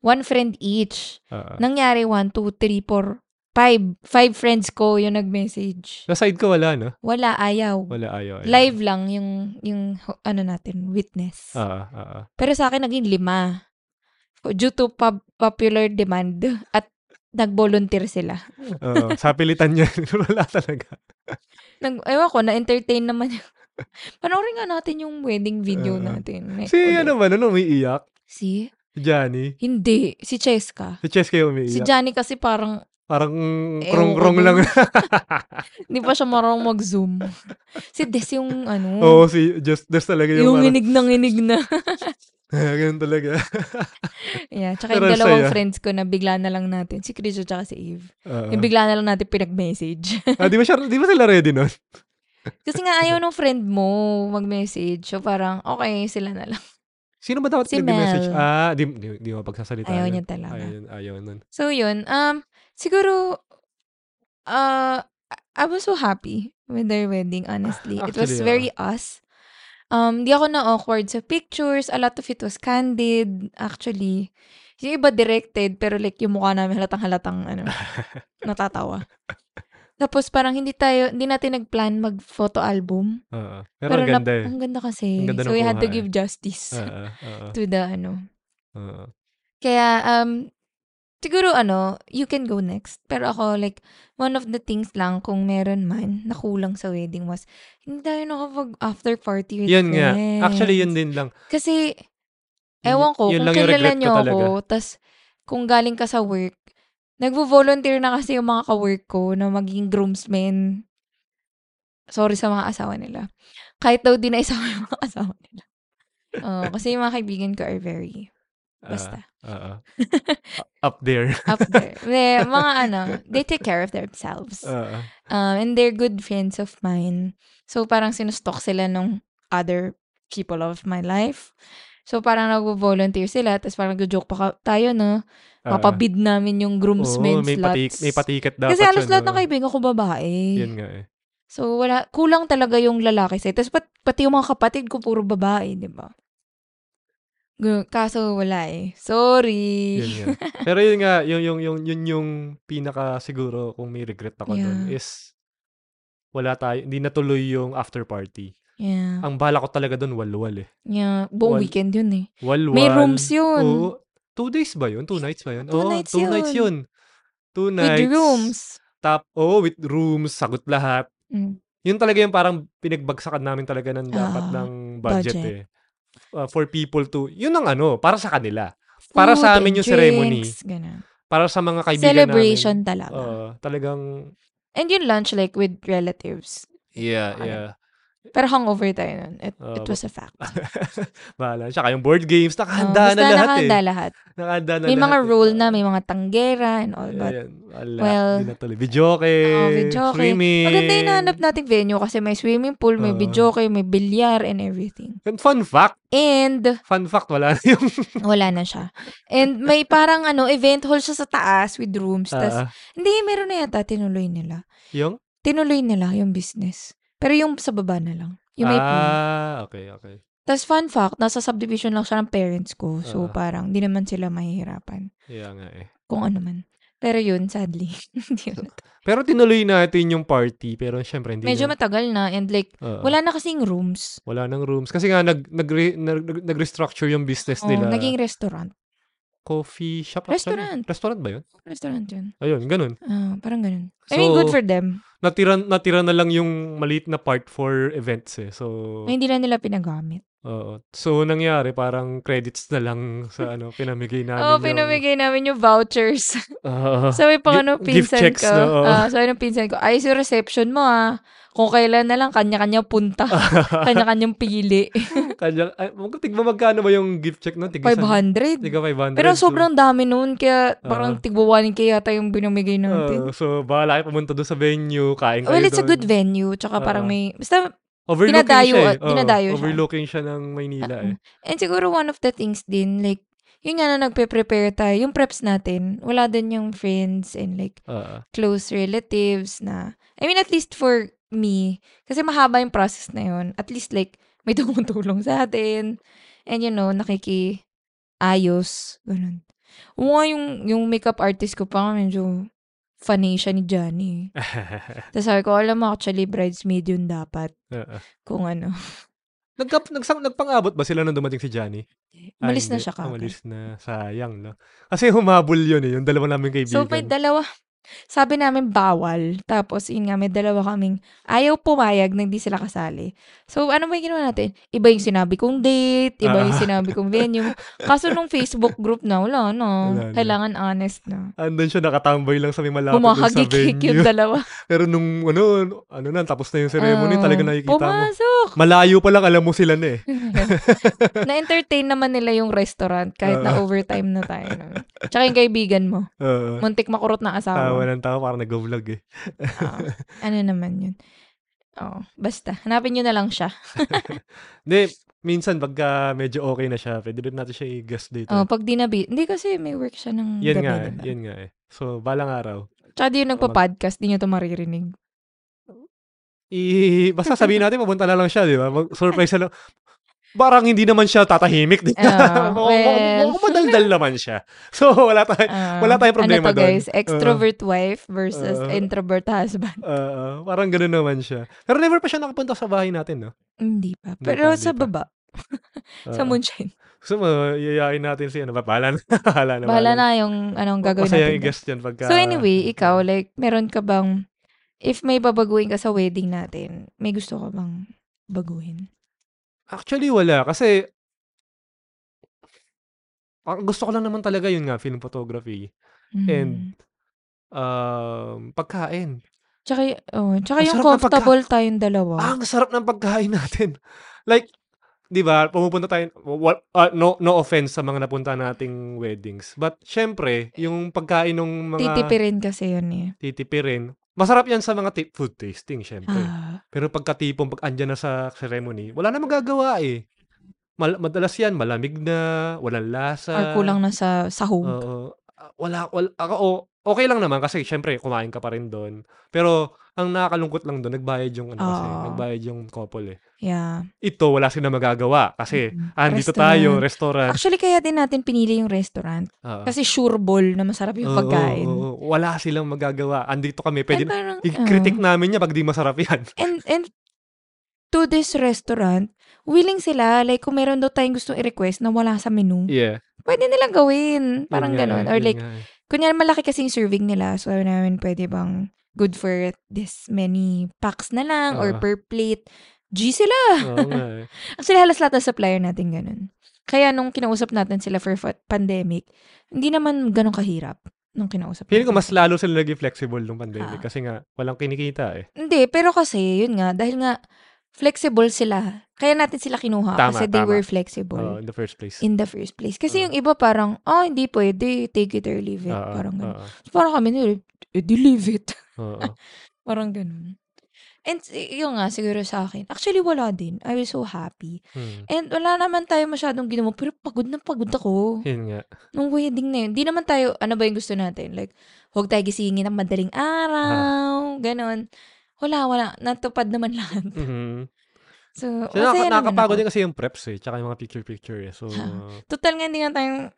S3: one friend each.
S2: Ah.
S3: Nangyari, one, two, three, four, five. Five friends ko yung nag-message.
S2: Sa side ko wala, no?
S3: Wala, ayaw.
S2: Wala, ayaw. ayaw.
S3: Live lang yung, yung ano natin, witness.
S2: Ah, ah, ah.
S3: Pero sa akin, naging lima. Due to pop- popular demand at nag-volunteer sila.
S2: Oo, sa pilitan niya, [laughs] wala talaga.
S3: Nag, ewan ko, na-entertain naman. yung- [laughs] Panoorin nga natin yung wedding video
S2: Oo.
S3: natin. May-
S2: Ah, Si
S3: ulit.
S2: ano ba, ano, umiiyak?
S3: Si?
S2: Johnny?
S3: Hindi. Si Cheska.
S2: Si Cheske
S3: Si Eh,
S2: umiiyak?
S3: Johnny kasi parang
S2: Parang
S3: Ewan
S2: krong-krong
S3: ko [laughs]
S2: lang. [laughs]
S3: hindi pa siya marunong mag-zoom. si Des yung ano,
S2: Oo, si just Des talaga yung,
S3: yung
S2: parang,
S3: inig ng inig na.
S2: [laughs] ganun talaga.
S3: yeah, tsaka
S2: Pero
S3: yung dalawang
S2: saya.
S3: friends ko na bigla na lang natin. Si Chris at si Eve.
S2: Oo.
S3: Yung bigla na lang natin pinag-message.
S2: ah, di, ba siya, di ba sila ready nun?
S3: Kasi nga ayaw nung friend mo mag-message. So parang, okay, sila na lang.
S2: Sino ba dapat
S3: Si
S2: nag-message?
S3: Mel.
S2: Ah, di, di, di mo pagsasalita.
S3: Ayaw
S2: yun.
S3: niya talaga.
S2: Ayaw, yun, ayaw nun.
S3: So yun, um, siguro, uh, I- I was so happy with their wedding, honestly. It was
S2: Actually,
S3: very us. Um, di ako na awkward sa pictures. A lot of it was candid, actually. Yung iba directed, pero like yung mukha namin halatang-halatang,
S2: [laughs]
S3: ano, natatawa. Tapos parang hindi tayo, hindi natin nag-plan mag-photo album.
S2: Oo. pero, ang
S3: nap-
S2: ganda
S3: [laughs]
S2: eh.
S3: Ang ganda kasi.
S2: Ang ganda
S3: so
S2: ng
S3: we had
S2: kuha
S3: to
S2: eh.
S3: give justice
S2: Oo, oo,
S3: to the, ano,
S2: oo.
S3: Kaya, um, siguro ano, you can go next. Pero ako, like, one of the things lang kung meron man na kulang sa wedding was, hindi tayo nakapag after party with
S2: Yun nga.
S3: friends.
S2: Actually, yun din lang.
S3: Kasi,
S2: Yun-
S3: ewan ko,
S2: yun lang
S3: kung
S2: yung
S3: kilala
S2: regret ko
S3: nyo
S2: talaga. Ah,
S3: ako, tas kung galing ka sa work, nagvo-volunteer na kasi yung mga ka-work ko na maging groomsmen. Sorry sa mga asawa nila. Kahit daw di na [laughs] isawa yung mga asawa nila. Oo, kasi yung mga kaibigan ko are very,
S2: Ah,
S3: basta. [laughs]
S2: oo. U- Up there. [laughs]
S3: up there. They, mga ano, they take care of themselves.
S2: Oo.
S3: Um, and they're good friends of mine. So, parang sinustok sila nung other people of my life. So, parang nag-volunteer sila. Tapos parang nag-joke pa ka- tayo, no?
S2: oo.
S3: Papabid namin yung
S2: Ah.
S3: groomsmen
S2: Oo, may,
S3: slots.
S2: patik, may patikat dapat.
S3: Kasi
S2: yun,
S3: halos lahat
S2: oo.
S3: ng kaibigan ko babae.
S2: Yun nga eh.
S3: So, wala, kulang talaga yung lalaki sa'yo. Tapos, pat- pati yung mga kapatid ko, puro babae, di ba? Gu- Kaso, wala eh. Sorry.
S2: yun nga.
S3: [laughs]
S2: Pero yun nga, yung, yung, yung, yun yung pinaka siguro kung may regret ako dun
S3: Yeah.
S2: is wala tayo, hindi natuloy yung after party.
S3: Yeah.
S2: Ang bala ko talaga dun, walwal eh.
S3: Yeah. Buong
S2: Wal-
S3: weekend yun eh.
S2: Walwal.
S3: May rooms yun.
S2: Oo. Two days ba yun? Two nights ba yun?
S3: Two
S2: Oo,
S3: nights
S2: two nights
S3: yun.
S2: yun. Two nights.
S3: With rooms.
S2: Tap, oh, with rooms, sagot lahat.
S3: Mm.
S2: Yun talaga yung parang pinagbagsakan namin talaga ng dapat
S3: Ah,
S2: ng budget,
S3: budget.
S2: eh. Uh, for people to, yun ang ano, para sa kanila. Para sa
S3: Food
S2: amin
S3: and
S2: yung ceremony.
S3: drinks, ganun.
S2: Para sa mga kaibigan
S3: Celebration
S2: namin.
S3: talaga.
S2: Oo, talagang
S3: and yung lunch like with relatives.
S2: Yeah,
S3: Ano?
S2: yeah.
S3: Pero hangover tayo nun. It,
S2: Oh,
S3: it was a fact.
S2: Bahala. Tsaka yung board games,
S3: Oh,
S2: nakahanda
S3: basta
S2: na lahat
S3: nakahanda
S2: eh.
S3: lahat.
S2: Nakahanda na
S3: May
S2: lahat
S3: mga
S2: eh.
S3: rule na, may mga tanggera and all. But,
S2: Ayan, wala.
S3: Well,
S2: Hindi na tuloy. Videoke,
S3: oh, videoke.
S2: swimming.
S3: Maganda yung nahanap nating venue kasi may swimming pool, may
S2: Oo.
S3: videoke, may bilyar, and everything.
S2: And fun fact,
S3: And,
S2: fun fact, wala na yung...
S3: wala na siya. And may parang ano, event hall siya sa taas with rooms. tas,
S2: Ah,
S3: hindi, meron na yata, tinuloy nila.
S2: yung?
S3: tinuloy nila yung business. Pero yung sa baba na lang. Yung may pool.
S2: Ah, okay, okay.
S3: Tapos fun fact, nasa subdivision lang siya ng parents ko. So
S2: Ah.
S3: parang di naman sila mahihirapan.
S2: Yeah nga eh.
S3: Kung ano man. Pero yun, sadly. [laughs] hindi yun.
S2: Pero tinuloy natin yung party, pero syempre hindi
S3: Medyo
S2: na,
S3: matagal na and like,
S2: Oo.
S3: wala na kasing rooms.
S2: wala nang rooms. Kasi nga, nag, nag, nag, nag-restructure yung business
S3: Oh,
S2: nila.
S3: naging restaurant.
S2: Coffee shop?
S3: Restaurant.
S2: Actually. Restaurant ba yun?
S3: Restaurant yun.
S2: Ayun, ganun.
S3: Ah, parang ganun.
S2: So,
S3: I mean, good for them.
S2: Natira, natira na lang yung maliit na part for events eh. So,
S3: Na hindi na nila pinagamit.
S2: Oo. So, nangyari, parang credits na lang sa ano, pinamigay namin.
S3: Oo, oh,
S2: yung-
S3: pinamigay namin yung vouchers.
S2: Oo.
S3: Sabi pa
S2: Ah, Gi-
S3: ano,
S2: gift
S3: pinsan
S2: checks
S3: ko.
S2: na, oo.
S3: ah, sabi ng pinsan ko, ayos yung reception mo ah. Kung kailan na lang, kanya-kanya
S2: [laughs]
S3: punta. kanya-kanyang pili.
S2: Kanya, ay, mag- tigma magkano ba yung gift check na? Tiga
S3: 500.
S2: Tiga 500.
S3: Pero
S2: So,
S3: sobrang dami noon, kaya parang
S2: Oo.
S3: tigbawanin kaya tayo yung binamigay
S2: oo,
S3: natin.
S2: so, bahala kayo pumunta doon sa venue, kain kayo
S3: well, it's a
S2: doon.
S3: good venue, tsaka
S2: Oo.
S3: parang may, basta,
S2: Overlooking
S3: Dinadayo,
S2: siya eh.
S3: oh, dinadayo
S2: Oo,
S3: siya.
S2: Overlooking siya ng Maynila eh.
S3: and siguro one of the things din, like, yun nga na nagpe-prepare tayo, yung preps natin, wala din yung friends and like,
S2: Oo.
S3: close relatives na, I mean, at least for me, kasi mahaba yung process na yun. At least like, may [laughs] tumutulong sa atin. And you know, nakikiayos. Ganun. Oo nga, yung, yung makeup artist ko pa, medyo funny siya ni Johnny.
S2: [laughs]
S3: Tapos sabi ko, alam mo, actually, bridesmaid yun dapat.
S2: Oo.
S3: Kung ano.
S2: Nagkap, nagsang, nagpangabot ba sila nung dumating si Johnny? Ah,
S3: Umalis na
S2: hindi.
S3: siya ka.
S2: Umalis na. Sayang, no? Kasi humabol yun eh. Yung dalawa namin kaibigan.
S3: So, may dalawa. Sabi namin bawal. Tapos, yun nga, may dalawa kaming ayaw pumayag na hindi sila kasali. So, ano ba yung ginawa natin? Iba yung sinabi kong date, iba yung
S2: Ah.
S3: sinabi kong venue.
S2: [laughs]
S3: Kaso nung Facebook group na, wala, no.
S2: Wala na.
S3: Kailangan honest na.
S2: Andun siya, nakatambay lang sa may malapit dun sa
S3: Humahagikik
S2: venue.
S3: [laughs] yung dalawa.
S2: Pero nung ano, ano na, tapos na yung ceremony,
S3: Ah,
S2: talaga nakikita mo. [laughs]
S3: Pumasok!
S2: Malayo pa lang, alam mo sila na eh.
S3: Na-entertain naman nila yung restaurant kahit na overtime na tayo. No? Tsaka yung kaibigan mo.
S2: Oo.
S3: Muntik makurot na asawa.
S2: tawa ng tawa, parang nag-vlog eh.
S3: Oo. ano naman yun. Oh, basta. Hanapin nyo na lang siya.
S2: Hindi, minsan pagka medyo okay na siya, pwede rin natin siya i-guest dito.
S3: Oh, pag di nabi, hindi kasi may work siya ng
S2: yan
S3: gabi,
S2: Diba? nga, eh,
S3: diba?
S2: yan nga eh. So, balang araw.
S3: Tsaka di yung nagpa-podcast, di nyo to maririnig.
S2: I, basta sabihin natin, pupunta na lang siya, di ba? Mag- surprise na lang. Parang hindi naman siya tatahimik. Di ba? [laughs]
S3: Ah, well.
S2: Kumadaldal naman siya. So, wala tayo.
S3: Ah,
S2: [laughs] Wala tayong problema
S3: ano to,
S2: doon. Uh-huh.
S3: guys? Extrovert wife versus
S2: Ah.
S3: introvert husband. [laughs]
S2: ah, ah, parang gano'n naman siya. Pero never pa siya nakapunta sa bahay natin, no?
S3: Hindi pa.
S2: Hindi
S3: Pero
S2: pa, hindi
S3: sa
S2: pa.
S3: baba, sa
S2: Ah.
S3: moonshine.
S2: So, mayayain natin siya. Ano ba? Bahala na. [laughs] Bahala na.
S3: Bahala na yung anong gagawin
S2: Diba? Masaya yung
S3: natin. doon.
S2: guest Uh-huh. yan pagka...
S3: So anyway, ikaw, like, meron ka bang, if may babaguhin ka sa wedding natin, may gusto ka bang baguhin?
S2: Actually, wala. Kasi, ang gusto ko lang naman talaga yun nga, film photography.
S3: Mm.
S2: And, Um, pagkain.
S3: tsaka, y- oh, tsaka
S2: Ang
S3: yung
S2: sarap ng pagka-
S3: comfortable tayong dalawa.
S2: Ah, ang sarap ng pagkain [laughs] natin. Like, di ba, pumupunta tayo, wa- ah, no, no offense sa mga napunta nating weddings. But, syempre, yung pagkain ng mga
S3: Titipirin kasi yun eh.
S2: titipirin, masarap yan sa mga ti- food tasting, syempre.
S3: Ah.
S2: Pero pagkatipong pag andyan na sa ceremony, wala na magagawa eh. Mal- madalas yan, malamig na, walang lasa.
S3: Ah, or kulang na sa sahog.
S2: Oo. Ah, wala, wala, ako, o- okay lang naman kasi syempre kumain ka pa rin doon. Pero ang nakakalungkot lang doon, nagbayad yung ano kasi,
S3: Oo.
S2: nagbayad yung couple eh.
S3: yeah.
S2: Ito, wala sila magagawa kasi
S3: Mm.
S2: andito
S3: Restaurant.
S2: tayo, restaurant.
S3: Actually, kaya din natin pinili yung restaurant.
S2: Oo.
S3: Kasi sure ball na masarap yung
S2: Ah. Oo,
S3: pagkain.
S2: oo, oo. wala silang magagawa. Andito kami, pwede
S3: and
S2: na,
S3: parang, ah.
S2: i-critique
S3: oo.
S2: namin niya pag di masarap yan. [laughs]
S3: and, and to this restaurant, willing sila, like kung meron daw tayong gusto i-request na wala sa menu,
S2: yeah.
S3: pwede nilang gawin. Parang
S2: Yun nga
S3: ganun.
S2: eh,
S3: Or
S2: yun
S3: like,
S2: nga eh.
S3: kunyan malaki kasi yung serving nila. So, sabi namin, pwede bang good for this many packs na lang or
S2: Oo.
S3: per plate. G sila.
S2: Oo nga eh.
S3: Actually, halos lahat ng supplier natin ganun. Kaya nung kinausap natin sila for fa- pandemic, hindi naman ganun kahirap nung kinausap
S2: Feeling ko
S3: natin
S2: mas lalo sila naging flexible nung pandemic
S3: Ah.
S2: kasi nga walang kinikita eh.
S3: Hindi, pero kasi, yun nga, dahil nga, flexible sila. Kaya natin sila kinuha
S2: Tama,
S3: kasi they
S2: tama.
S3: were
S2: Oo,
S3: flexible
S2: ah, in the first place.
S3: in the first place. Kasi
S2: Oo.
S3: yung iba parang, oh, hindi pwede, take it or leave it.
S2: Oo,
S3: parang ganun. Ah.
S2: oo,
S3: Parang kami, nila, eh, di leave it. [laughs]
S2: oo.
S3: parang ganun. And y- yun nga, siguro sa akin. Actually, wala din. I was so happy.
S2: Hmm.
S3: And wala naman tayo masyadong ginawa, pero pagod na pagod ako.
S2: Yun
S3: [laughs]
S2: nga.
S3: Nung wedding na yun, di naman tayo, ano ba yung gusto natin? Like, huwag tayo gisingin ng madaling
S2: Ah.
S3: araw, ganon. Wala, wala. Natupad naman lahat.
S2: Mhm.
S3: So,
S2: So, naka-
S3: masaya Oh, naman
S2: nakakapagod
S3: ako.
S2: din kasi yung preps eh, tsaka yung mga picture-picture eh. So,
S3: Ah. Total nga, hindi nga tayo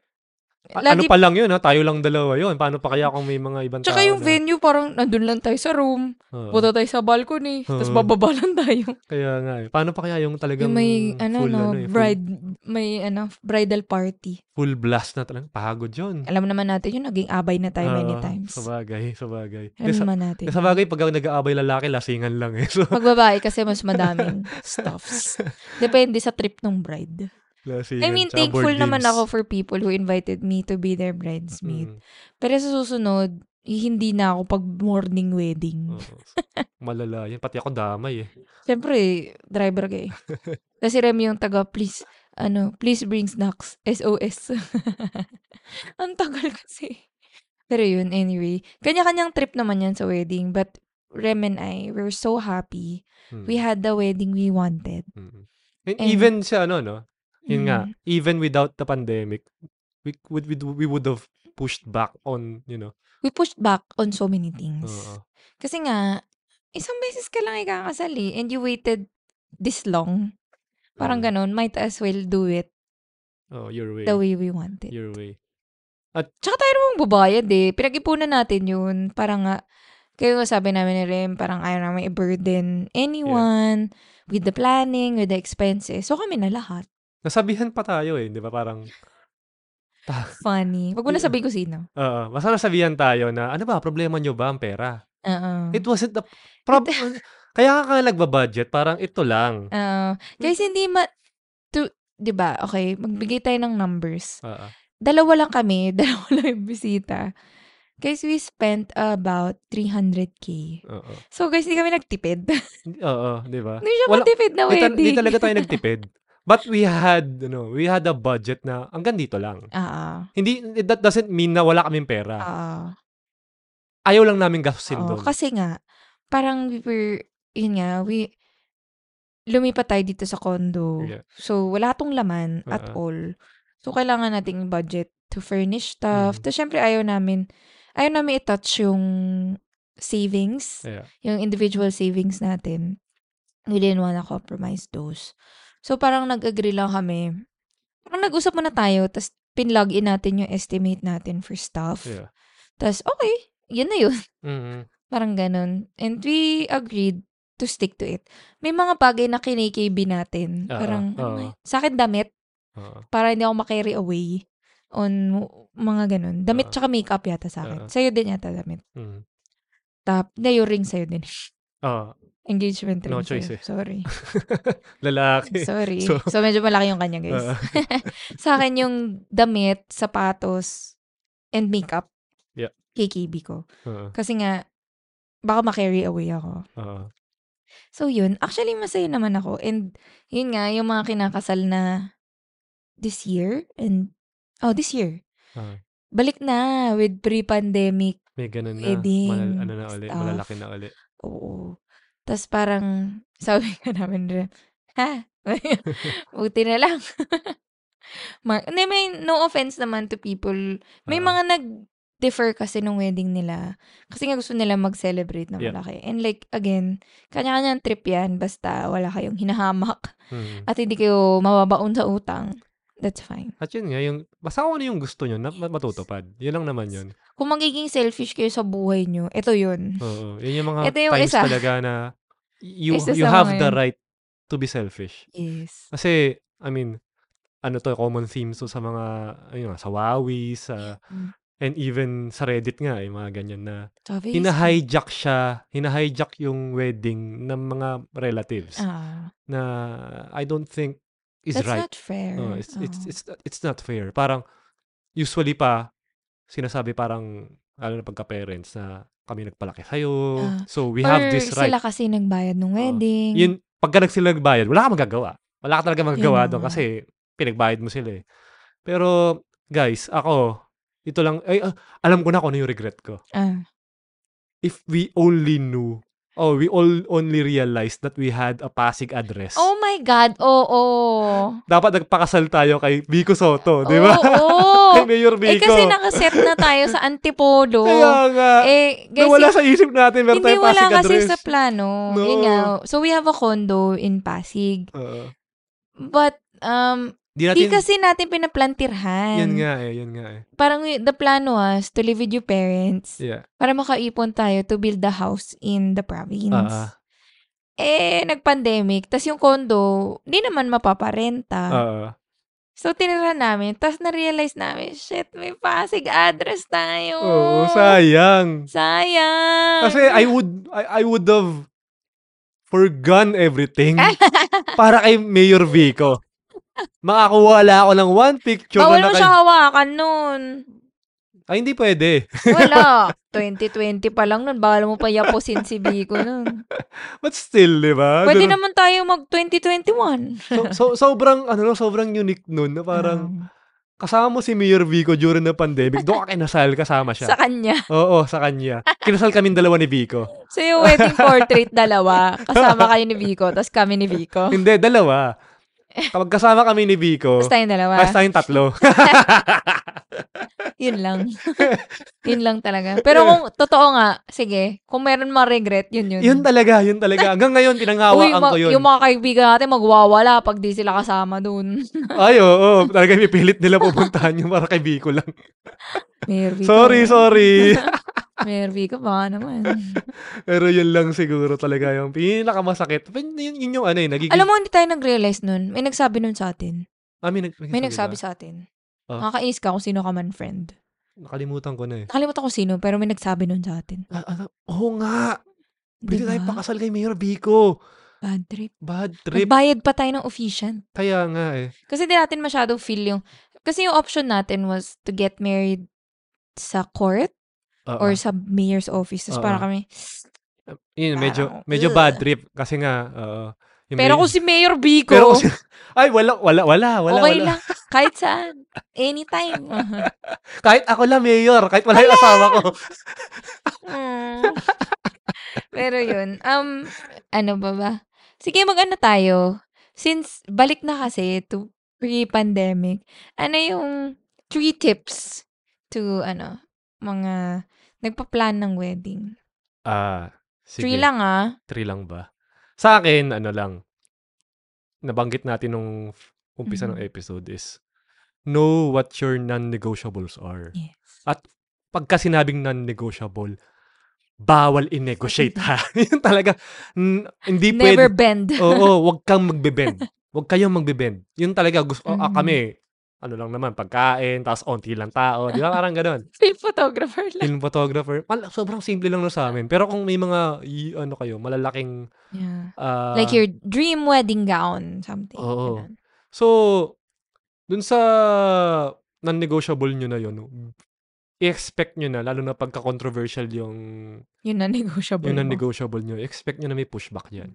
S2: A-
S3: Lagi-
S2: ano pa lang yun ha? Tayo lang dalawa yun. Paano pa kaya kung may mga ibang
S3: Tsaka
S2: tao
S3: yung
S2: na- Oh.
S3: venue, parang nandun lang tayo sa room.
S2: Oo.
S3: Punta tayo sa balcony. Tapos
S2: Oo.
S3: bababa [laughs] lang tayo.
S2: Kaya nga eh. Paano pa kaya yung talagang
S3: Yung may, ano,
S2: full,
S3: no,
S2: eh, full-
S3: bride, may, ano, bridal party.
S2: full blast na talagang pagod yun.
S3: Alam naman natin yun, naging abay na tayo
S2: Oo,
S3: many times.
S2: Ah, Sabagay, sabagay.
S3: Alam
S2: Kasi sa,
S3: naman natin.
S2: kasi sabagay, pag nag-aabay lalaki, lasingan lang eh. [laughs] So,
S3: Magbabae kasi mas
S2: [laughs]
S3: madaming stuffs. Depende sa trip ng bride.
S2: lasingan.
S3: I mean,
S2: tsaka board
S3: thankful naman
S2: games.
S3: ako for people who invited me to be their bridesmaid.
S2: Mm,
S3: Pero sa susunod, hindi na ako pag morning wedding.
S2: oo. Malala yan. Pati ako damay eh.
S3: Siyempre, driver ka
S2: [laughs]
S3: eh. Tapos si Rem yung taga, please, ano, please bring snacks. SOS. [laughs] Ang tagal kasi. Pero yun, anyway. Kanya-kanyang trip naman yan sa wedding. But Rem and I, we're so happy.
S2: Mm,
S3: We had the wedding we wanted.
S2: mm. And,
S3: and-
S2: even sa ano, no? Yun nga,
S3: Mm.
S2: even without the pandemic, we would we, we would have pushed back on, you know.
S3: We pushed back on so many things.
S2: oo.
S3: Kasi nga, isang beses ka lang ikakasal eh, and you waited this long. Parang
S2: Mm.
S3: ganun, might as well do it
S2: Oh, your way.
S3: the way we want it.
S2: Your way.
S3: Tsaka tayo namang babayad eh. Pinag-ipunan natin yun. Parang nga, kayo nga sabi namin ni Rem, parang ayaw namin i-burden anyone with the planning, with the expenses. So kami na lahat.
S2: Nasabihan pa tayo eh, 'di ba? Parang
S3: Funny. Wag mo na
S2: Yeah.
S3: sabihin ko sino.
S2: Oo. basta nasabihan tayo na, ano ba, problema nyo ba ang pera?
S3: Oo.
S2: It wasn't the... Prob- kaya ka ka nagbabudget, parang ito lang.
S3: Oo. Uh,
S2: Hmm.
S3: Guys, hindi ma... To, 'di ba Okay, magbigay tayo ng numbers.
S2: Oo.
S3: dalawa lang kami, [laughs] dalawa lang yung bisita. Guys, we spent about 300k.
S2: Oo.
S3: So guys, hindi kami nagtipid. [laughs] hindi
S2: Oo, di ba?
S3: siya
S2: Wala-
S3: matipid na
S2: Di, ta-
S3: wedding.
S2: di talaga
S3: [laughs]
S2: tayo nagtipid. But we had, you know, we had a budget na hanggang dito lang.
S3: Oo.
S2: Hindi, it- that doesn't mean na wala kaming pera.
S3: Oo.
S2: Ayaw lang namin gastusin
S3: Oo.
S2: doon.
S3: Kasi nga, parang we were, yun nga, we, lumipat tayo dito sa condo.
S2: Yeah.
S3: So, wala tong laman at
S2: Oo.
S3: all. So, kailangan nating budget to furnish
S2: Mhm.
S3: stuff. Tapos, syempre, ayaw namin, ayaw namin i-touch yung savings.
S2: Yeah.
S3: yung individual savings natin, we didn't wanna compromise those. So, parang nag-agree lang kami. Parang nag-usap muna tayo, tapos pinlog in natin yung estimate natin for stuff.
S2: Yeah.
S3: Tapos, okay, yun na yun.
S2: mm
S3: Parang ganun. And we agreed to stick to it. May mga bagay na kinikb natin.
S2: Oo,
S3: parang, ano
S2: oo.
S3: nga yun? sa akin damit,
S2: Oo.
S3: para hindi ako makarry away on mo- mga ganun. Damit
S2: Oo.
S3: tsaka makeup yata sa akin.
S2: Oo.
S3: Sa'yo din yata damit.
S2: Mm.
S3: Tap, na yung ring sa'yo din. [laughs]
S2: Oo.
S3: Engagement ring
S2: No
S3: sa'yo.
S2: choice eh. [laughs]
S3: Sorry. [laughs]
S2: Lalaki.
S3: Sorry.
S2: So-
S3: So, medyo malaki yung kanya, guys.
S2: Oo.
S3: [laughs] sa akin yung damit, sapatos, and makeup.
S2: Yeah.
S3: KKB ko.
S2: Oo.
S3: Kasi nga, baka makarry away ako.
S2: Oo.
S3: So, yun. Actually, masaya naman ako. And, yun nga, yung mga kinakasal na this year and, oh, this year.
S2: Ah.
S3: Balik na with pre-pandemic.
S2: May ganun na.
S3: Wedding
S2: Malal- ano na uli.
S3: stuff.
S2: Malalaki na uli.
S3: Oo. Tapos parang, [laughs] sabi ka namin rin, ha? [laughs] Buti na lang. [laughs] Mark, hindi, may no offense naman to people. May
S2: Oo.
S3: mga nag-differ kasi nung wedding nila. Kasi nga gusto nila mag-celebrate na
S2: Yeah.
S3: malaki. And like, again, kanya-kanyang trip yan. Basta wala kayong hinahamak
S2: Mm.
S3: at hindi kayo mababaon sa utang. That's fine.
S2: At yun nga, yung, basta kung ano yung gusto nyo, na, matutupad. Yun lang naman yun.
S3: Kung magiging selfish kayo sa buhay nyo, ito yun.
S2: Oo. Yun yung mga
S3: Ito yung
S2: times
S3: isa.
S2: talaga na you,
S3: Isa
S2: you
S3: sa
S2: have
S3: mga
S2: the
S3: yun.
S2: right to be selfish.
S3: Yes.
S2: Kasi, I mean, ano to, common themes to sa mga, ayun nga, sa Wawi, sa,
S3: Mm.
S2: and even sa Reddit nga, yung mga ganyan na,
S3: Sabi-
S2: hinahijack siya, hinahijack yung wedding ng mga relatives
S3: Ah,
S2: na I don't think is
S3: that's
S2: right.
S3: not fair. Ah.
S2: Oo, it's, it's,
S3: Oo.
S2: it's, it's not fair. Parang, usually pa, sinasabi parang, ano na pagka-parents na kami nagpalaki sa'yo.
S3: Ah.
S2: so, we have
S3: Or
S2: this right.
S3: sila kasi nagbayad ng
S2: Oo.
S3: wedding.
S2: Yun, pagka nag sila nagbayad, wala ka magagawa. Wala ka talaga magagawa
S3: na
S2: doon
S3: nga.
S2: kasi pinagbayad mo sila eh. Pero, guys, ako, ito lang, ay, ah, alam ko na kung ano yung regret ko.
S3: Ah,
S2: If we only knew, oh, we all only realized that we had a Pasig address.
S3: Oh my God, oo.
S2: Dapat nagpakasal tayo kay Vico Soto, Oh, di ba?
S3: Oo.
S2: [laughs] kay Mayor
S3: eh
S2: Vico.
S3: kasi nakaset na tayo sa
S2: [laughs]
S3: Antipolo.
S2: Kaya nga.
S3: eh, guys,
S2: nawala sa isip natin, meron
S3: hindi
S2: tayong
S3: wala
S2: Pasig
S3: kasi
S2: address.
S3: sa plano.
S2: No.
S3: Yun nga. So we have a condo in Pasig.
S2: Oo.
S3: But, um,
S2: Di natin,
S3: Di kasi natin pinaplantirhan.
S2: yan nga eh, yan nga eh.
S3: Parang y- the plan was to live with your parents
S2: Yeah.
S3: para makaipon tayo to build a house in the province.
S2: Ah,
S3: Eh, nag-pandemic. Tapos yung condo, di naman
S2: ah,
S3: mapaparenta.
S2: ah.
S3: So, tinira namin. Tapos na-realize namin, shit, may Pasig address tayo.
S2: Oo, sayang.
S3: Sayang.
S2: Kasi I would I, I would have forgone everything
S3: [laughs]
S2: para kay Mayor Vico. Makakawala ako ng one picture na
S3: Bawal mo
S2: naka-
S3: siya hawakan nun.
S2: Ay, hindi pwede. [laughs]
S3: Wala. 2020 pa lang nun. Bawal mo pa yaposin si Biko nun.
S2: But still, di ba?
S3: Pwede
S2: Ah, Ganun.
S3: naman tayo mag-2021.
S2: So, so, sobrang, ano, no, sobrang unique nun na
S3: Mm.
S2: parang
S3: Ah.
S2: kasama mo si Mayor Vico during the pandemic. Doon ka kinasal, kasama
S3: sa
S2: siya.
S3: kanya.
S2: Oo, sa kanya. Kinasal kaming dalawa ni Vico.
S3: So yung wedding portrait dalawa, kasama kayo ni Vico, tapos kami ni Vico.
S2: Hindi, dalawa. Kapag kasama kami ni Vico,
S3: Tapos tayong dalawa.
S2: basta tayong tatlo.
S3: Yun lang. [laughs] yun lang talaga. Pero kung totoo nga, sige, kung meron mga regret, yun yun.
S2: [laughs] yun talaga, yun talaga. Hanggang ngayon,
S3: Uy,
S2: pinangawakan
S3: ma-
S2: ko yun.
S3: yung mga kaibigan natin magwawala pag di sila kasama dun. [laughs]
S2: Ay, oo. Oh, talaga pipilit nila pupuntahan yung para kay Vico lang.
S3: Mayor Vico.
S2: Sorry,
S3: [laughs]
S2: sorry.
S3: Mayor Vico, baka naman.
S2: Pero yun lang siguro talaga yung pinakamasakit. Pin- Yun, yun yung ano eh, nagiging...
S3: Alam mo, hindi tayo nag-realize nun. May nagsabi nun sa atin.
S2: ah, may, nag- may
S3: May nagsabi
S2: ba?
S3: sa atin.
S2: Oh.
S3: Nakakainis ka kung sino ka man friend.
S2: Nakalimutan ko na eh.
S3: Nakalimutan ko sino, pero may nagsabi nun sa atin.
S2: Ah, ano? Oo nga. Pwede
S3: Diba?
S2: tayo pakasal kay Mayor Vico.
S3: Bad trip.
S2: Bad trip.
S3: Nagbayad pa tayo ng officiant.
S2: Kaya nga eh.
S3: Kasi di natin masyadong feel yung... Kasi yung option natin was to get married sa court
S2: Oo.
S3: or sa mayor's office. Tapos
S2: Ah. Oo.
S3: para kami...
S2: Yun, medyo,
S3: parang,
S2: medyo
S3: ugh.
S2: bad trip. Kasi nga, oo. Yung
S3: Pero
S2: may-
S3: kung si Mayor Vico,
S2: Pero kung si- [laughs] Ay, wala, wala, wala, wala.
S3: okay
S2: wala.
S3: lang. Kahit saan. Anytime. [laughs]
S2: Kahit ako lang, Mayor. Kahit wala yung asawa ko.
S3: Mm. Pero yun. Um, ano ba ba? Sige, mag-ano tayo. Since balik na kasi to pre-pandemic, ano yung three tips to, ano, mga nagpa-plan ng wedding?
S2: Ah, sige.
S3: Three lang ah.
S2: Three lang ba? Sa akin, ano lang, nabanggit natin nung f- umpisa ng
S3: Mhm.
S2: episode is, know what your non-negotiables are.
S3: Yes.
S2: Pagka sinabing non-negotiable, bawal i-negotiate ha. [laughs] Yun talaga, n- hindi pwede.
S3: Never bend. [laughs]
S2: Oo, wag kang magbe-bend. Wag kayong magbe-bend. Yun talaga, gusto, ah,
S3: Mhm.
S2: kami, ano lang naman, pagkain, tapos onti lang tao. Di ba parang
S3: [laughs]
S2: ganun?
S3: Film photographer lang.
S2: Film photographer. Pal- sobrang simple lang na sa amin. Pero kung may mga, y- ano kayo, malalaking,
S3: [laughs] Yeah.
S2: ah,
S3: like your dream wedding gown, something.
S2: Oo.
S3: Ganun.
S2: So, dun sa non-negotiable nyo na yun, i-expect nyo na, lalo na pagka-controversial yung,
S3: Yun Mm. na [laughs] negotiable.
S2: yung
S3: mo.
S2: non-negotiable nyo, expect nyo na may pushback yan.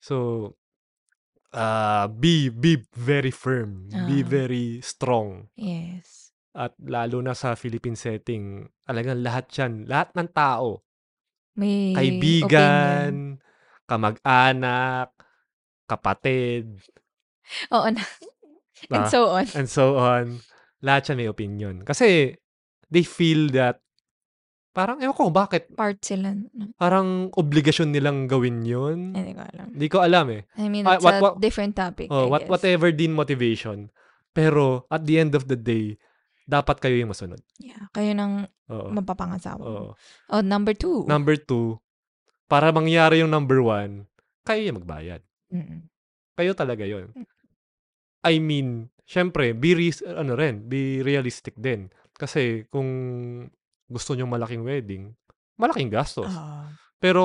S2: So, ah be, be very firm. Be
S3: Ah.
S2: very strong.
S3: Yes.
S2: At lalo na sa Philippine setting, talagang lahat yan, lahat ng tao,
S3: May opinion.
S2: kaibigan, kamag-anak, kapatid,
S3: Oo na. [laughs] And
S2: Ah.
S3: so on.
S2: and so on. Lahat siya may opinion. Kasi, they feel that, parang, ewan ko bakit,
S3: Part sila. no?
S2: parang obligasyon nilang gawin yun.
S3: Hindi ko alam.
S2: Hindi ko alam eh.
S3: I mean,
S2: Ah,
S3: it's
S2: what-
S3: a
S2: what-
S3: different topic,
S2: Oh,
S3: Eh, I
S2: what,
S3: guess.
S2: whatever din motivation. Pero, at the end of the day, dapat kayo yung masunod.
S3: Yeah, kayo nang
S2: Oo.
S3: mapapangasawa.
S2: Oo.
S3: Oh, number two.
S2: Number two, para mangyari yung number one, kayo yung magbayad.
S3: Mm.
S2: Kayo talaga yon.
S3: Hmm.
S2: I mean, syempre, be res- ano rin, be realistic din. Kasi kung gusto nyo malaking wedding, malaking gastos.
S3: Ah,
S2: Pero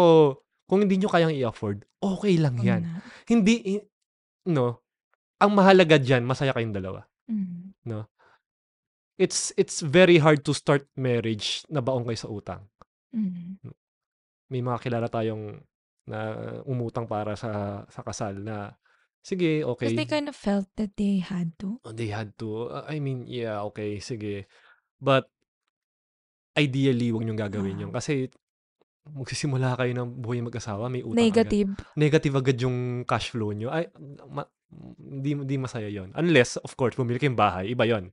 S2: kung hindi nyo kayang i-afford, okay lang
S3: oo
S2: yan.
S3: Oh, na.
S2: Hindi, i- no, ang mahalaga dyan, masaya kayong dalawa.
S3: Mm.
S2: It's, it's very hard to start marriage na baong kayo sa utang.
S3: Mm.
S2: May mga kilala tayong na umutang para sa, sa kasal na, sige, okay.
S3: Because they kind of felt that they had to.
S2: Oh, they had to. Uh, I mean, yeah, okay, sige. But, ideally, huwag niyong gagawin yun. Kasi, magsisimula kayo ng buhay mag-asawa, may utang agad.
S3: Negative.
S2: Negative agad yung cash flow niyo. Ay, ma- hindi, hindi masaya yon Unless, of course, bumili kayong bahay, iba yon